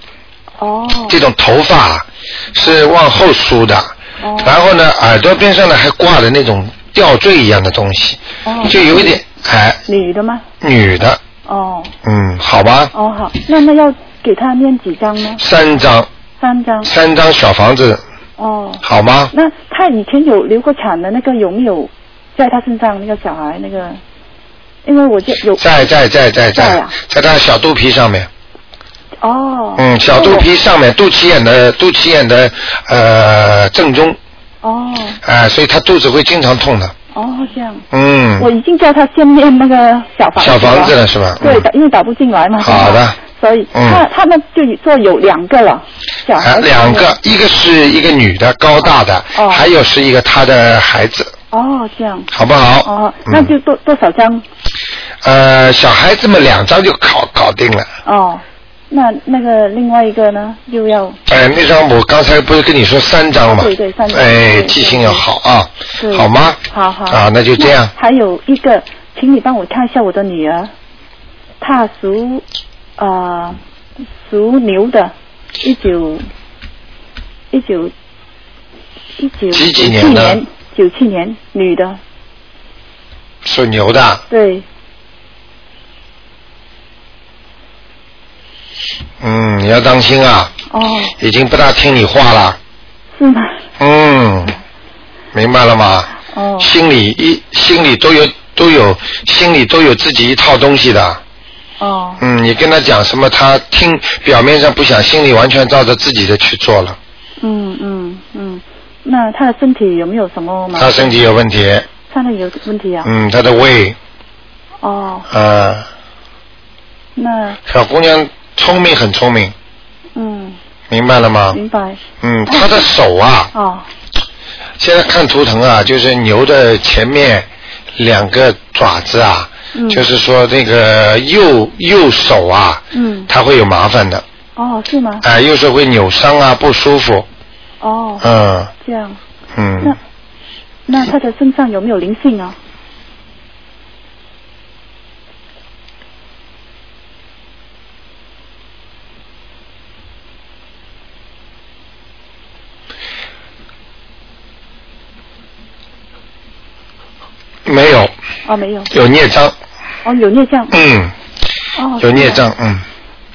F: 哦
A: 这种头发啊是往后梳的，
F: 哦
A: 然后呢，耳朵边上呢还挂着那种吊坠一样的东西，
F: 哦，
A: 就有一点哎，
F: 女的吗？
A: 女的，
F: 哦
A: 嗯，好吧，
F: 哦好，那那要给他念几张呢？
A: 三张
F: 三张。
A: 三张小房子，
F: 哦，
A: 好吗？
F: 那他以前有流过产的那个有没有在他身上那个小孩那个？因为我就有
A: 在在在在
F: 在
A: 在
F: 啊，
A: 在他小肚皮上面，
F: 哦，
A: 嗯，小肚皮上面，肚脐眼的肚脐眼的呃正中，
F: 哦
A: 啊、所以他肚子会经常痛的，
F: 哦这样，
A: 嗯。
F: 我已经叫他先念那个小房
A: 小房子了是吧
F: 对
A: 嗯，
F: 打因为打不进来嘛。
A: 好的
F: 对吧所以
A: 嗯
F: 他他们就做有两个了，小
A: 啊
F: 孩，
A: 两个，一个是一个女的，高大的，
F: 哦
A: 还有是一个她的孩子，
F: 哦这样。
A: 好不好？
F: 哦，
A: 嗯
F: 那就多多少张？
A: 呃，小孩子们两张就搞搞定了。
F: 哦，那那个另外一个呢，又要
A: 哎，那张我刚才不是跟你说三张吗？
F: 对对三张
A: 哎
F: 对，
A: 记性要好啊，
F: 对
A: 好吗？
F: 好好
A: 啊，那就这样。
F: 还有一个，请你帮我看一下我的女儿，她属呃属牛的，一九一九一九
A: 几几
F: 九
A: 年
F: 七
A: 的
F: 年，九七年女的，
A: 属牛的，
F: 对，
A: 嗯，你要当心啊，
F: 哦，
A: 已经不大听你话了，
F: 是吗？
A: 嗯，明白了吗？
F: 哦
A: 心里一心里都有都有心里都有自己一套东西的，
F: 哦
A: 嗯，你跟他讲什么，他听表面上不想，心里完全照着自己的去做了。
F: 嗯嗯嗯，那她的身体有没有什么嘛？
A: 他身体有问题，
F: 上面有问题啊？
A: 嗯，他的胃，
F: 哦，
A: 呃，
F: 那
A: 小姑娘聪明很聪明，
F: 嗯，
A: 明白了吗？
F: 明白
A: 嗯，她的手啊，
F: 哦
A: 现在看图腾啊，就是牛的前面两个爪子啊，
F: 嗯
A: 就是说那个右右手啊，
F: 嗯
A: 它会有麻烦的，
F: 哦是吗？
A: 哎、右手会扭伤啊，不舒服，
F: 哦
A: 嗯
F: 这样。
A: 嗯
F: 那，那他的身上有没有灵性啊？
A: 没有，
F: 哦，没有。
A: 有孽障，
F: 哦，有孽障。
A: 嗯，
F: 哦，
A: 有孽障，嗯。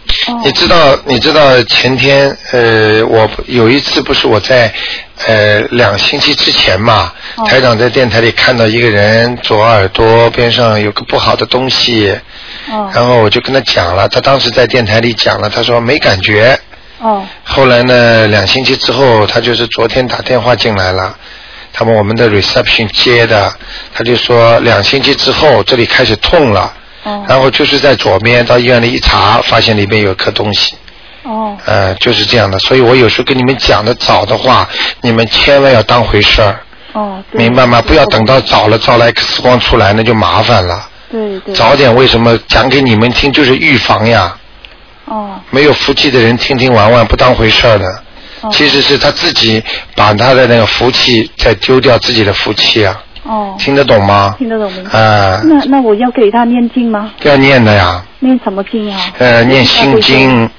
F: 是吗。
A: 你知道，你知道前天呃，我有一次不是我在呃两星期之前嘛，
F: 哦
A: 台长在电台里看到一个人左耳朵边上有个不好的东西，
F: 哦
A: 然后我就跟他讲了，他当时在电台里讲了，他说没感觉。
F: 哦
A: 后来呢，两星期之后，他就是昨天打电话进来了，他们我们的 reception 接的，他就说两星期之后这里开始痛了，然
F: 哦
A: 后就是在左边到医院里一查，发现里面有一颗东西。
F: 哦
A: 呃，就是这样的，所以我有时候跟你们讲的早的话，你们千万要当回事儿，
F: 哦，对
A: 明白吗？不要等到早了照了 X 光出来，那就麻烦了。
F: 对哦对
A: 早点为什么讲给你们听就是预防呀？
F: 哦
A: 没有福气的人听听玩玩不当回事儿的，
F: 哦
A: 其实是他自己把他的那个福气再丢掉自己的福气啊，
F: 哦
A: 听得懂吗？
F: 听得懂明白。
A: 啊、
F: 那那我要给他念经吗？
A: 要念的呀，
F: 念什么经啊？
A: 呃，念心
F: 大悲
A: 经，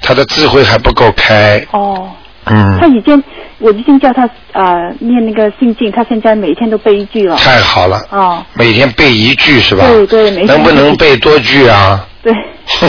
A: 他的智慧还不够开，
F: 咒。哦，
A: 嗯
F: 他，已经我已经叫他啊念那个心经，他现在每天都背一句了。
A: 太好了。
F: 哦，
A: 每天背一句是吧？
F: 对对每天
A: 能不能背多句 啊？
F: 对。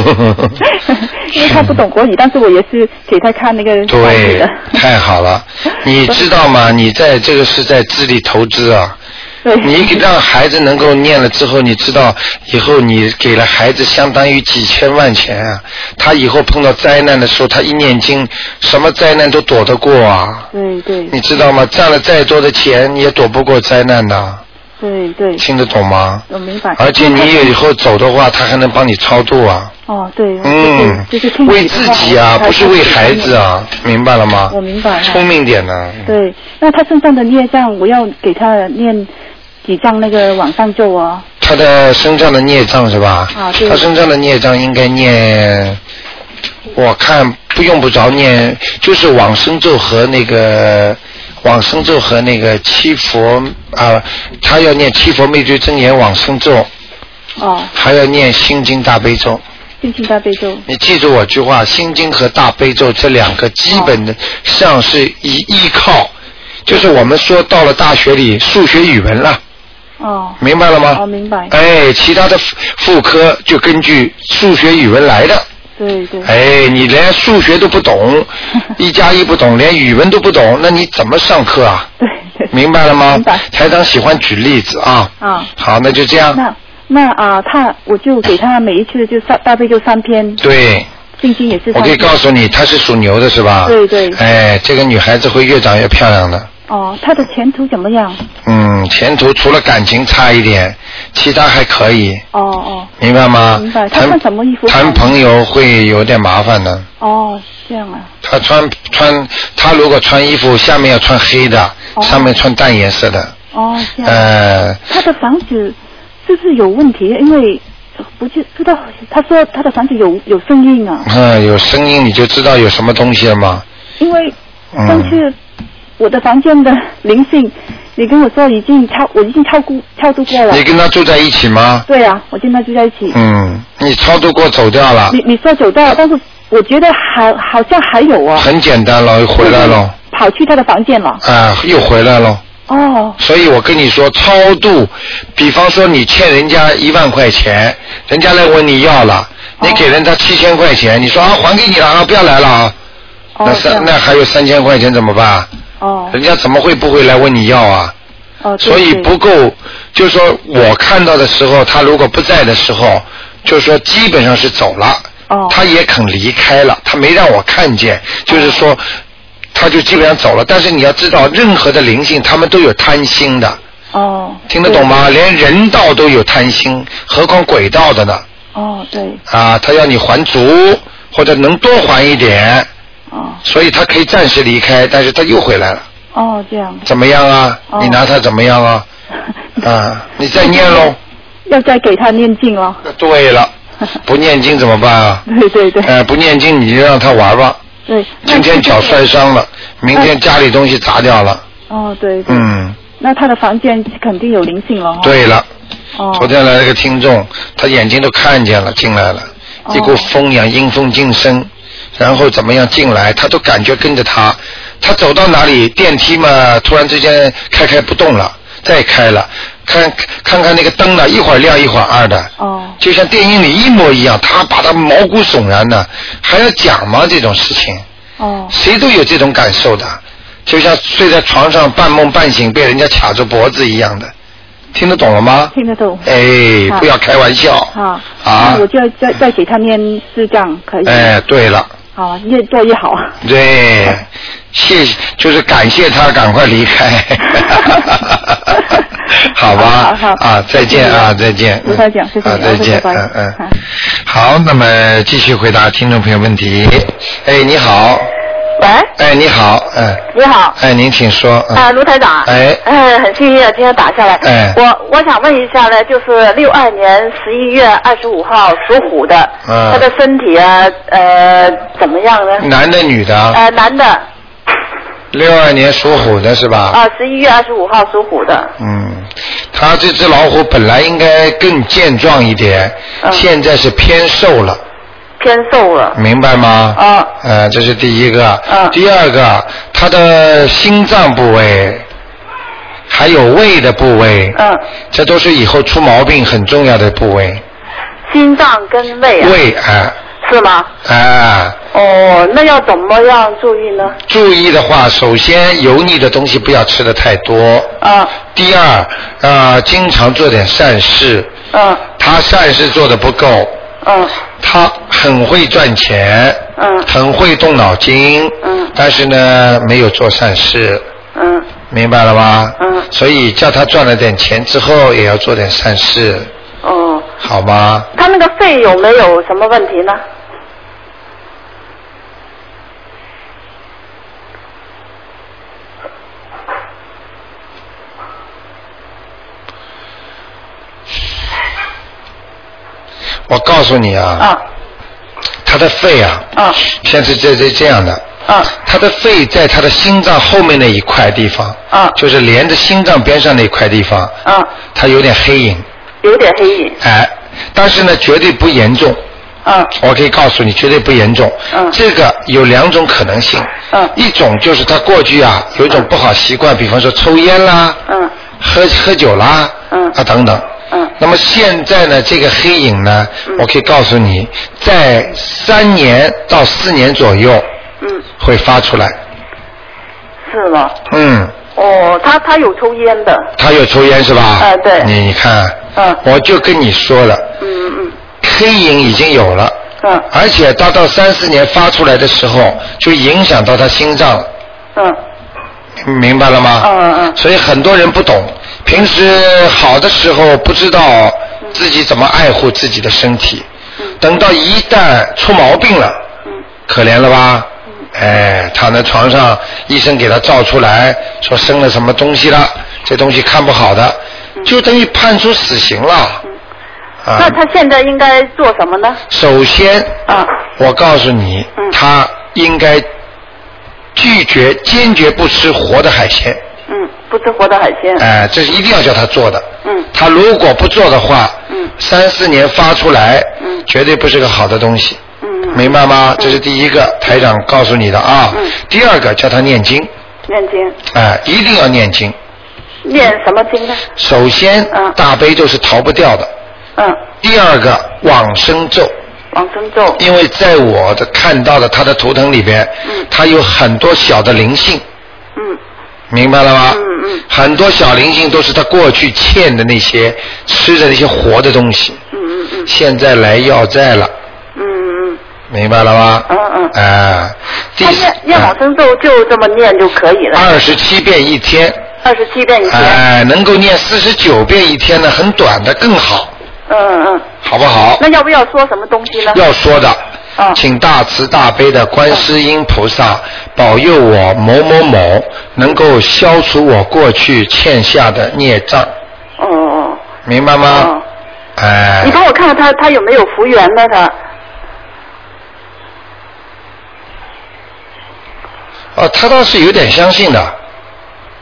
F: 因为他不懂国语，但是我也是给他看那个国语
A: 对
F: 的。，
A: 太好了！你知道吗？你在这个是在智力投资啊，
F: 对，
A: 你让孩子能够念了之后，你知道以后你给了孩子相当于几千万钱啊！他以后碰到灾难的时候，他一念经，什么灾难都躲得过啊！
F: 对对
A: 你知道吗？赚了再多的钱，你也躲不过灾难的，啊
F: 对对，
A: 听得懂吗？
F: 我明白。
A: 而且你以后走的话，他还能帮你超度啊！
F: 哦，对，
A: 嗯
F: 就是就是听，你
A: 为
F: 的
A: 自
F: 话
A: 己啊，
F: 我
A: 不是为孩子啊，明白了吗
F: 我？明白了。
A: 聪明点呢。
F: 对，那他身上的孽障，我要给他念几张那个往上咒啊、
A: 他的身上的孽障是吧？
F: 啊对
A: 他身上的孽障应该念，我看不用不着念，就是往生咒和那个往生咒和那个七佛啊，他要念七佛灭罪真言往生咒，
F: 哦，
A: 还要念心经大悲咒。
F: 心经大悲咒。
A: 你记住我句话，心经和大悲咒这两个基本的上是依依靠，就是我们说到了大学里数学语文了，
F: 哦，
A: 明白了吗？
F: 哦，明白。
A: 哎，其他的妇妇科就根据数学、语文来的。
F: 对对，
A: 哎，你连数学都不 懂，一加一不懂，连语文都不懂，那你怎么上课啊？
F: 对对。
A: 明白了吗
F: 明白？
A: 台长喜欢举例子啊。
F: 啊，
A: 好，那就这样。
F: 那那啊，他我就给他每一次就三大悲咒三篇，
A: 对，
F: 心经也是
A: 我
F: 三
A: 可以
F: 篇。
A: 告诉你，她是属牛的是吧？
F: 对对
A: 哎，这个女孩子会越长越漂亮的。
F: 哦，他的前途怎么样？
A: 嗯，前途除了感情差一点，其他还可以，
F: 哦哦
A: 明白吗？
F: 明白她
A: 谈
F: 穿什么衣服
A: 谈朋友会有点麻烦的。
F: 哦，这样啊，
A: 他穿穿，他如果穿衣服，下面要穿黑的，
F: 哦
A: 上面穿淡颜色的。
F: 哦这样啊。
A: 呃，
F: 他的房子是不是有问题？因为不知知道，他说他的房子有有声音啊，
A: 嗯，有声音你就知道有什么东西了嘛。
F: 因为
A: 嗯
F: 上次我的房间的灵性，你跟我说已经超，我已经超估超度过了。
A: 你跟他住在一起吗？
F: 对啊，我跟他住在一起。
A: 嗯，你超度过走掉了
F: 你，你说走掉了，但是我觉得还好像还有啊。
A: 很简单了，又回来了，啊、
F: 跑去他的房间了。
A: 又回来了。
F: 哦
A: 所以我跟你说，超度，比方说你欠人家一万块钱，人家来问你要了，你给人家七千块钱，你说啊还给你了啊，不要来了啊，
F: 哦
A: 那
F: 这
A: 三
F: 样
A: 那还有三千块钱怎么办？
F: 哦
A: 人家怎么会不会来问你要啊？
F: 哦，对
A: 所以
F: 对
A: 不够，就是说我看到的时候，他如果不在的时候，就是说基本上是走了，
F: 哦
A: 他也肯离开了，他没让我看见，就是
F: 哦
A: 说他就基本上走了。但是你要知道，任何的灵性他们都有贪心的，
F: 哦
A: 听得懂？吗？连人道都有贪心，何况鬼道的呢？
F: 对哦对
A: 啊，他要你还足，或者能多还一点，
F: 哦
A: 所以他可以暂时离开，但是他又回来了。
F: 哦这样
A: 怎么样啊？
F: 哦
A: 你拿它怎么样啊？啊，你再念喽。
F: 要再给他念经了。
A: 对了，不念经怎么办啊？
F: 对对对
A: 呃，不念经你就让他玩吧。
F: 对。
A: 今天脚摔伤了，明天家里东西砸掉了。
F: 哦对对。
A: 嗯，
F: 那他的房间肯定有灵性了、哦。。
A: 对了，
F: 哦。
A: 昨天来了个听众，他眼睛都看见了，进来了，
F: 哦
A: 一股风一样阴风进身，然后怎么样进来，他都感觉跟着他，他走到哪里电梯嘛，突然之间开开不动了，再开了，看看看那个灯呢，一会儿亮一会儿暗的，
F: 哦
A: 就像电影里一模一样，他把他毛骨悚然的，还要讲吗？这种事情，
F: 哦
A: 谁都有这种感受的，就像睡在床上半梦半醒被人家卡住脖子一样的，听得懂了吗？
F: 听得懂。
A: 哎，
F: 好
A: 不要开玩笑。
F: 好，
A: 啊
F: 那我就要再再给他念四张，可以吗？
A: 哎，对了，
F: 好，越做越好。
A: 对，谢，就是感谢他，赶快离开。 好吧
F: 好好，好
A: 啊，再见啊，再见，
F: 卢台长，谢谢
A: 啊，
F: 你
A: 再见，
F: 拜拜
A: 嗯嗯
F: 好。
A: 好，那么继续回答听众朋友问题。哎，你好，
E: 喂，
A: 哎，你好，嗯，
E: 你好，
A: 哎，您请说，
E: 啊，
A: 嗯，
E: 卢台长，
A: 哎
E: 呃，很幸运啊今天打下来。
A: 哎
E: 我我想问一下呢，就是六二年十一月二十五号属虎的，
A: 嗯
E: 他的身体啊，呃，怎么样呢？
A: 男的女的啊？
E: 呃，男的，
A: 六二年属虎的是吧？
E: 啊，十一月二十五号属虎的，
A: 嗯，他这只老虎本来应该更健壮一点，
E: 嗯
A: 现在是偏瘦了，
E: 偏瘦了。
A: 明白吗？
E: 啊
A: 呃，这是第一个。
E: 嗯
A: 第二个，他的心脏部位，还有胃的部位，
E: 嗯，
A: 这都是以后出毛病很重要的部位。
E: 心脏跟胃啊，
A: 胃啊、
G: 是吗？
A: 啊，
G: 哦，那要怎么样注意呢？
A: 注意的话，首先油腻的东西不要吃的太多。
G: 啊
A: 第二，啊、经常做点善事。
G: 嗯
A: 他善事做的不够，
G: 嗯
A: 他很会赚钱，
G: 嗯
A: 很会动脑筋，
G: 嗯
A: 但是呢，没有做善事，
G: 嗯
A: 明白了吧？
G: 嗯
A: 所以叫他赚了点钱之后，也要做点善事，
G: 哦，
A: 好吗？
G: 他那个肺有没有什么问题呢？
A: 我告诉你啊，
G: 啊
A: 他的肺啊，
G: 啊
A: 现在这这这样的，
G: 啊
A: 他的肺在他的心脏后面那一块地方，
G: 啊
A: 就是连着心脏边上那块地方，
G: 啊，
A: 他有点黑影，
G: 有点黑影。
A: 哎，但是呢，绝对不严重。
G: 啊
A: 我可以告诉你，绝对不严重。
G: 嗯
A: 这个有两种可能性。
G: 嗯
A: 一种就是他过去啊有一种不好习惯，比方说抽烟啦，
G: 嗯
A: 喝喝酒啦，
G: 嗯
A: 啊等等。
G: 嗯
A: 那么现在呢，这个黑影呢，我可以告诉你，在三年到四年左右
G: 嗯，
A: 会发出来。
G: 是吗？
A: 嗯，
G: 哦，他他有抽烟的。
A: 他有抽烟是吧？
G: 啊对
A: 你你看，
G: 嗯
A: 我就跟你说了，
G: 嗯嗯
A: 黑影已经有了。
G: 嗯
A: 而且他到三四年发出来的时候，就影响到他心脏了，
G: 嗯
A: 明白了吗？
G: 嗯嗯
A: 所以很多人不懂，平时好的时候不知道自己怎么爱护自己的身体，等到一旦出毛病了，可怜了吧？哎，躺在床上，医生给他照出来，说生了什么东西了，这东西看不好的，就等于判处死刑了。啊、
G: 那他现在应该做什么呢？
A: 首先
G: 啊
A: 我告诉你，
G: 嗯
A: 他应该拒绝、坚决不吃活的海鲜，
G: 嗯，不吃活的海鲜。
A: 哎、这是一定要叫他做的。
G: 嗯
A: 他如果不做的话，
G: 嗯
A: 三四年发出来，
G: 嗯
A: 绝对不是个好的东西，
G: 嗯，
A: 明白吗？这是第一个，台长告诉你的啊。
G: 嗯
A: 第二个，叫他念经，
G: 念经，
A: 哎、一定要念经。
G: 念什么经呢？
A: 首先，
G: 嗯
A: 大悲咒是逃不掉的。
G: 嗯，
A: 第二个，往生咒。
G: 往生咒。
A: 因为在我的看到的他的图腾里边，
G: 嗯
A: 他有很多小的灵性，
G: 嗯
A: 明白了吗？
G: 嗯嗯
A: 很多小灵性都是他过去欠的那些吃的那些活的东西，
G: 嗯嗯嗯
A: 现在来要债了，
G: 嗯嗯
A: 明白了吗？
G: 嗯嗯。
A: 哎、第嗯
G: 他念念往生咒就这么念就可以了，
A: 二十七遍一天，
G: 二十七遍一天。
A: 哎、能够念四十九遍一天呢，很短的更好，
G: 嗯嗯。
A: 好不好？
G: 那要不要说什么东西呢？
A: 要说的，
G: 啊
A: 请大慈大悲的观世音菩萨
G: 嗯
A: 保佑我某某某能够消除我过去欠下的孽障，
G: 哦哦
A: 明白
G: 哦
A: 吗
G: 哦。。
A: 哎、
G: 你帮我看看他他有没有福缘呢？他
A: 哦，他倒是有点相信的，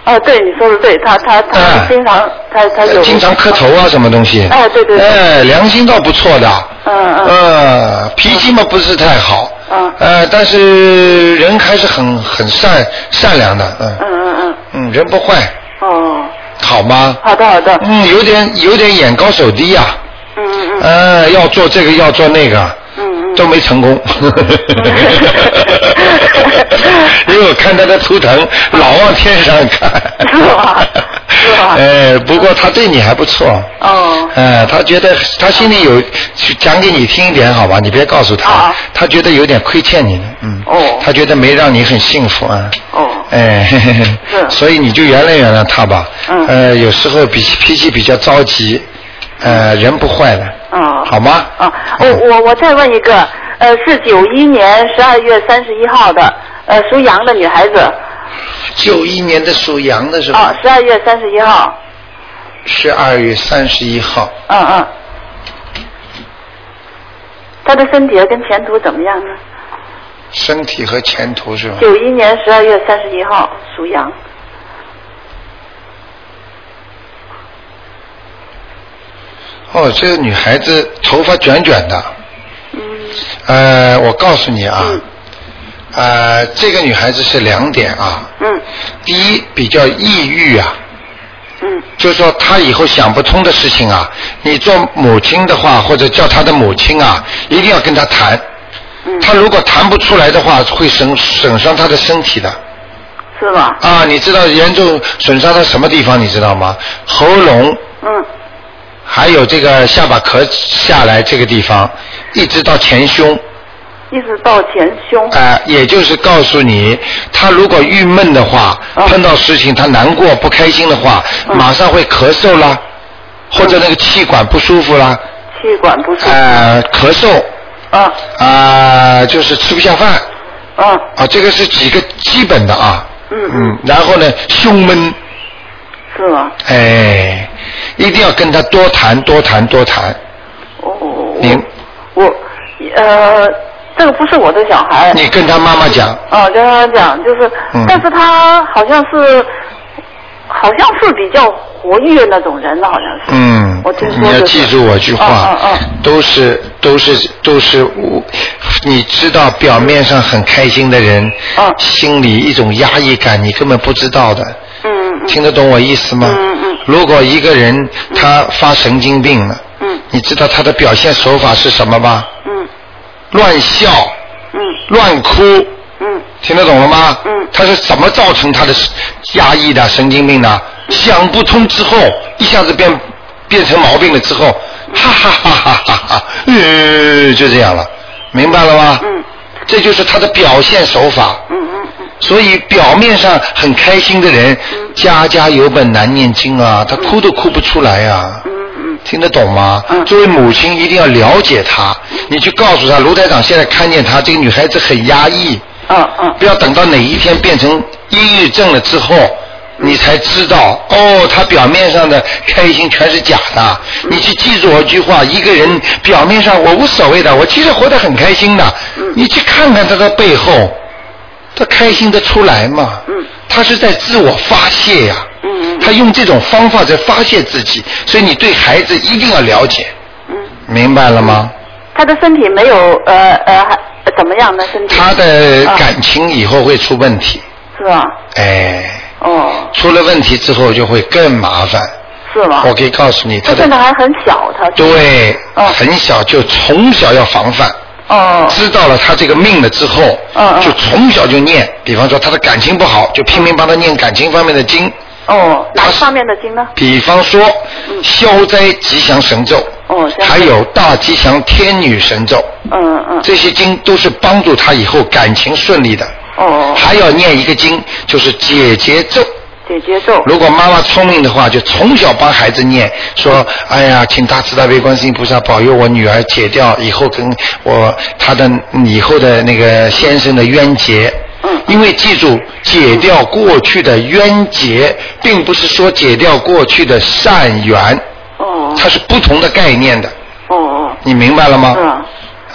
G: 哦，对，你说的对，他他
A: 哎
G: 他经常他他有
A: 经常磕头。啊，什么东西。
G: 哎对对对
A: 哎，良心倒不错的。
G: 嗯嗯
A: 呃，脾气嘛不是太好。
G: 嗯
A: 呃，但是人还是很很善善良的，嗯
G: 嗯嗯
A: 嗯，人不坏，
G: 嗯。哦，
A: 好吗？
G: 好的好的。
A: 嗯，有点有点眼高手低呀、
G: 嗯嗯嗯
A: 呃，要做这个要做那个，
G: 嗯
A: 都没成 功。因为我看他的图腾，老往天上看。
G: 啊是吧是 吧
A: 哎，不过他对你还不错。
G: 嗯。哦。
A: 哎，他觉得他心里有，讲给你听一点好吧，你别告诉他，
G: 啊
A: 他觉得有点亏欠你的，嗯，
G: 哦
A: 他觉得没让你很幸福啊，
G: 哦。
A: 哎， 嘿嘿嘿
G: 是
A: 所以你就原谅原谅他吧。
G: 嗯
A: 呃，有时候脾气脾气比较着急，呃，人不坏的。
G: 嗯
A: 好吗？嗯
G: 啊，我我我再问一个，呃，是九一年十二月三十一号的，呃，属羊的女孩子，
A: 九一年的属羊的是
G: 啊
A: 吧，？
G: 十二月三十一号，
A: 十二月三十一号，
G: 嗯嗯，她的身体跟前途怎么样呢？
A: 身体和前途是吧？
G: 九一年十二月三十一号属羊，
A: 哦，这个女孩子头发卷卷的。
G: 嗯
A: 呃，我告诉你啊，呃，这个女孩子是两点啊。
G: 嗯
A: 第一，比较抑郁啊。
G: 嗯
A: 就是说他以后想不通的事情啊，你做母亲的话，或者叫他的母亲啊，一定要跟他谈，
G: 嗯
A: 他如果弹不出来的话，会损损伤他的身体的。
G: 是吧？
A: 啊，你知道严重损伤到什么地方？你知道吗？喉咙，
G: 嗯，
A: 还有这个下巴壳下来这个地方，一直到前胸，
G: 一直到前胸，
A: 啊、也就是告诉你，他如果郁闷的话，
G: 嗯
A: 碰到事情他难过不开心的话，马上会咳嗽啦，或
G: 嗯
A: 者那个气管不舒服啦，
G: 气管不舒服，
A: 呃，咳嗽，
G: 啊
A: 啊、就是吃不下饭，
G: 啊，
A: 啊，这个是几个基本的啊，
G: 嗯
A: 嗯，然后呢，胸闷，
G: 是吧？
A: 哎，一定要跟他多谈多谈多谈，
G: 哦，
A: 你
G: 我呃，这个不是我的小孩，
A: 你跟他妈妈讲，
G: 哦，跟他讲就是，
A: 嗯
G: 但是他好像是，好像是比较活跃的那种人了，好像是。
A: 嗯
G: 我听，说
A: 你要
G: 就是
A: 记住我句话
G: 嗯嗯嗯，
A: 都是都是都是我，你知道表面上很开心的人
G: 嗯，
A: 心里一种压抑感，你根本不知道的，
G: 嗯嗯
A: 听得懂我意思吗？
G: 嗯嗯
A: 如果一个人他发神经病了，
G: 嗯
A: 你知道他的表现手法是什么吗？
G: 嗯
A: 乱笑，
G: 嗯
A: 乱哭，
G: 嗯
A: 听得懂了吗？
G: 嗯
A: 他是怎么造成他的压抑的神经病的？
G: 嗯
A: 想不通之后，一下子变变成毛病了之后，
G: 嗯
A: 哈哈哈哈哈哈，呃，就这样了，明白了吗？
G: 嗯。
A: 这就是他的表现手法。
G: 嗯嗯嗯
A: 所以表面上很开心的人，家家有本难念经啊，他哭都哭不出来啊。
G: 嗯
A: 听得懂吗？
G: 嗯
A: 作为母亲一定要了解她，你去告诉她，卢台长现在看见她这个女孩子很压抑，
G: 嗯嗯
A: 不要等到哪一天变成抑郁症了之后，你才知道哦，他表面上的开心全是假的。你去记住我一句话：一个人表面上我无所谓的，我其实活得很开心的。你去看看他的背后，他开心的出来吗？他是在自我发泄呀、
G: 嗯
A: 他用这种方法在发泄自己，所以你对孩子一定要了解，
G: 嗯，
A: 明白了吗？
G: 他的身体没有呃呃还怎么样呢？身体
A: 他的
G: 啊
A: 感情以后会出问题，
G: 是吧？
A: 哎。
G: 哦，
A: 出了问题之后就会更麻烦。
G: 是吗？
A: 我可以告诉你，他
G: 他现啊
A: 的
G: 在还很小，他
A: 对
G: 哦
A: 很小就从小要防范，
G: 哦
A: 知道了他这个命了之后
G: 嗯，嗯
A: 就从小就念。比方说他的感情不好，就拼命帮他念感情方面的经。
G: 哦，哪
A: 他
G: 方面的经呢？嗯
A: 比方说消灾吉祥神咒，
G: 哦这样
A: 还有大吉祥天女神咒，
G: 嗯嗯
A: 这些经都是帮助他以后感情顺利的。
G: 哦，
A: 还要念一个经，就是解结咒。
G: 姐姐咒
A: 如果妈妈聪明的话，就从小帮孩子念，说：“哎呀，请大慈大悲观世音菩萨保佑我女儿解掉以后跟我她的以后的那个先生的冤结。”因为记住，解掉过去的冤结，并不是说解掉过去的善缘，
G: 哦
A: 它是不同的概念的，
G: 哦哦，
A: 你明白了吗？
G: 是啊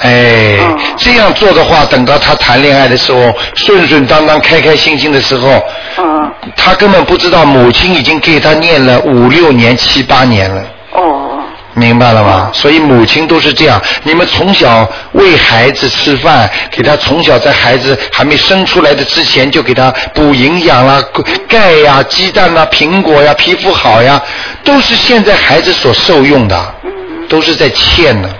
A: 哎，这样做的话，等到他谈恋爱的时候，顺顺当当、开开心心的时候，
G: 嗯
A: 他根本不知道母亲已经给他念了五六年、七八年了，
G: 哦
A: 明白了
G: 嗯
A: 吗？所以母亲都是这样，你们从小喂孩子吃饭，给他从小在孩子还没生出来的之前就给他补营养啦、钙呀、鸡蛋啦、苹果呀、皮肤好呀，都是现在孩子所受用的，
G: 嗯
A: 都是在欠的，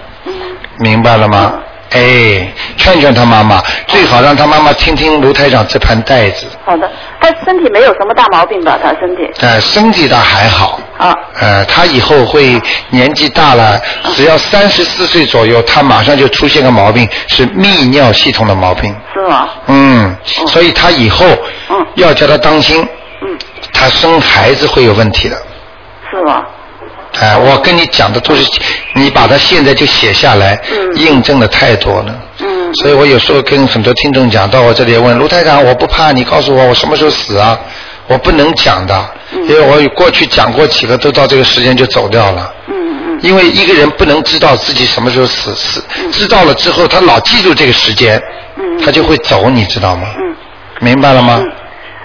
A: 明白了吗？
G: 嗯
A: 哎，劝劝他妈妈，最好让他妈妈听听卢台长这盘带子。
G: 好的，他身体没有什么大毛病吧？他身体
A: 呃，身体倒还好，
G: 啊
A: 呃，他以后会年纪大了，只要三十四岁左右，他马上就出现个毛病，是泌尿系统的毛病。
G: 是吗？哦
A: 嗯，所以他以后
G: 嗯
A: 要叫他当心，
G: 嗯
A: 他生孩子会有问题的。
G: 是吗？
A: 哎、我跟你讲的都是，你把它现在就写下来，
G: 嗯
A: 印证的太多了。
G: 嗯
A: 所以我有时候跟很多听众讲，到我这里问卢台长，我不怕，你告诉我我什么时候死啊？我不能讲的，
G: 嗯
A: 因为我过去讲过几个，都到这个时间就走掉了。
G: 嗯嗯
A: 因为一个人不能知道自己什么时候死，死知道了之后，他老记住这个时间，他就会走，你知道吗？
G: 嗯。
A: 明白了吗？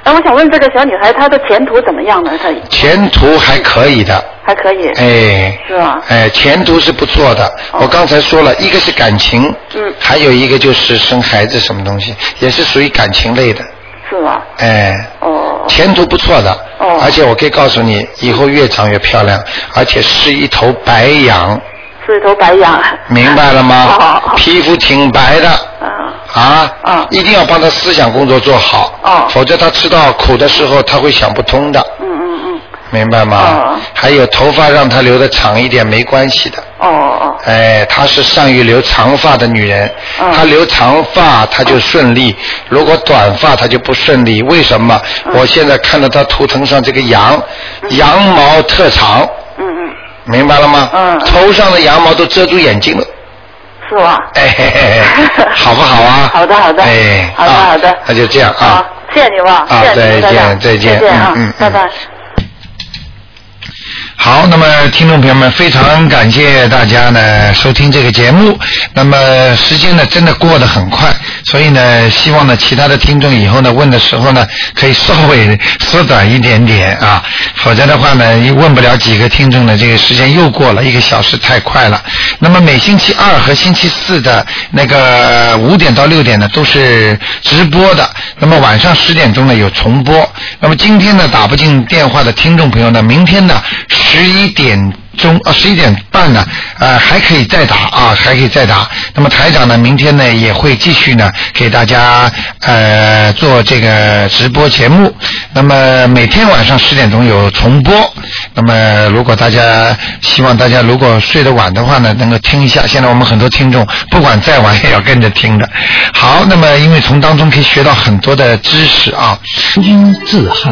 G: 哎、我想问这个小女孩她的前途怎么样呢？她
A: 前途还可以的，
G: 还可以，
A: 哎。
G: 是吧？哦
A: 哎，前途是不错的。我刚才说了一个是感情，
G: 嗯
A: 还有一个就是生孩子什么东西，也是属于感情类的，
G: 是吧？
A: 哎，
G: 哦
A: 前途不错的。
G: 哦
A: 而且我可以告诉你，以后越长越漂亮，而且是一头白羊，
G: 是一头白羊。
A: 明白了吗？
G: 好好好
A: 皮肤挺白的，
G: 嗯
H: 啊，
G: 哦嗯
H: 一定要帮他思想工作做好，
G: 哦
H: 否则他吃到苦的时候他会想不通的，
G: 嗯嗯嗯，
H: 明白吗？
G: 哦
H: 还有头发让他留的长一点没关系的，
G: 哦哦
H: 哎，她是善于留长发的女人，
G: 嗯
H: 她留长发她就顺利，如果短发她就不顺利。为什么？
G: 嗯
H: 我现在看到她图腾上这个羊，羊毛特长，
G: 哦，嗯嗯，
H: 明白了吗？
G: 嗯
H: 头上的羊毛都遮住眼睛了，
G: 是吧？
H: 哎嘿嘿 嘿好不好啊？
G: 好的好的
H: 哎，
G: 好的
H: 啊
G: 好的
H: 那就这样啊
G: 好。，谢谢你哇，
H: 啊
G: 谢谢
H: 再
G: 你台长
H: 见再见
G: 再见啊
H: 嗯嗯，
G: 拜拜。
A: 好，那么听众朋友们，非常感谢大家呢收听这个节目。那么时间呢真的过得很快，所以呢，希望呢其他的听众以后呢问的时候呢，可以稍微缩短一点点啊，否则的话呢，一问不了几个听众呢，这个时间又过了一个小时，太快了。那么每星期二和星期四的那个五点到六点呢都是直播的，那么晚上十点钟呢有重播。那么今天呢打不进电话的听众朋友呢，明天呢十一点。中啊，十一点半呢，呃，还可以再打啊，还可以再打。那么台长呢，明天呢也会继续呢给大家呃做这个直播节目。那么每天晚上十点钟有重播。那么如果大家希望大家如果睡得晚的话呢，能够听一下。现在我们很多听众不管再晚也要跟着听的。好，那么因为从当中可以学到很多的知识啊。
I: 君自汉。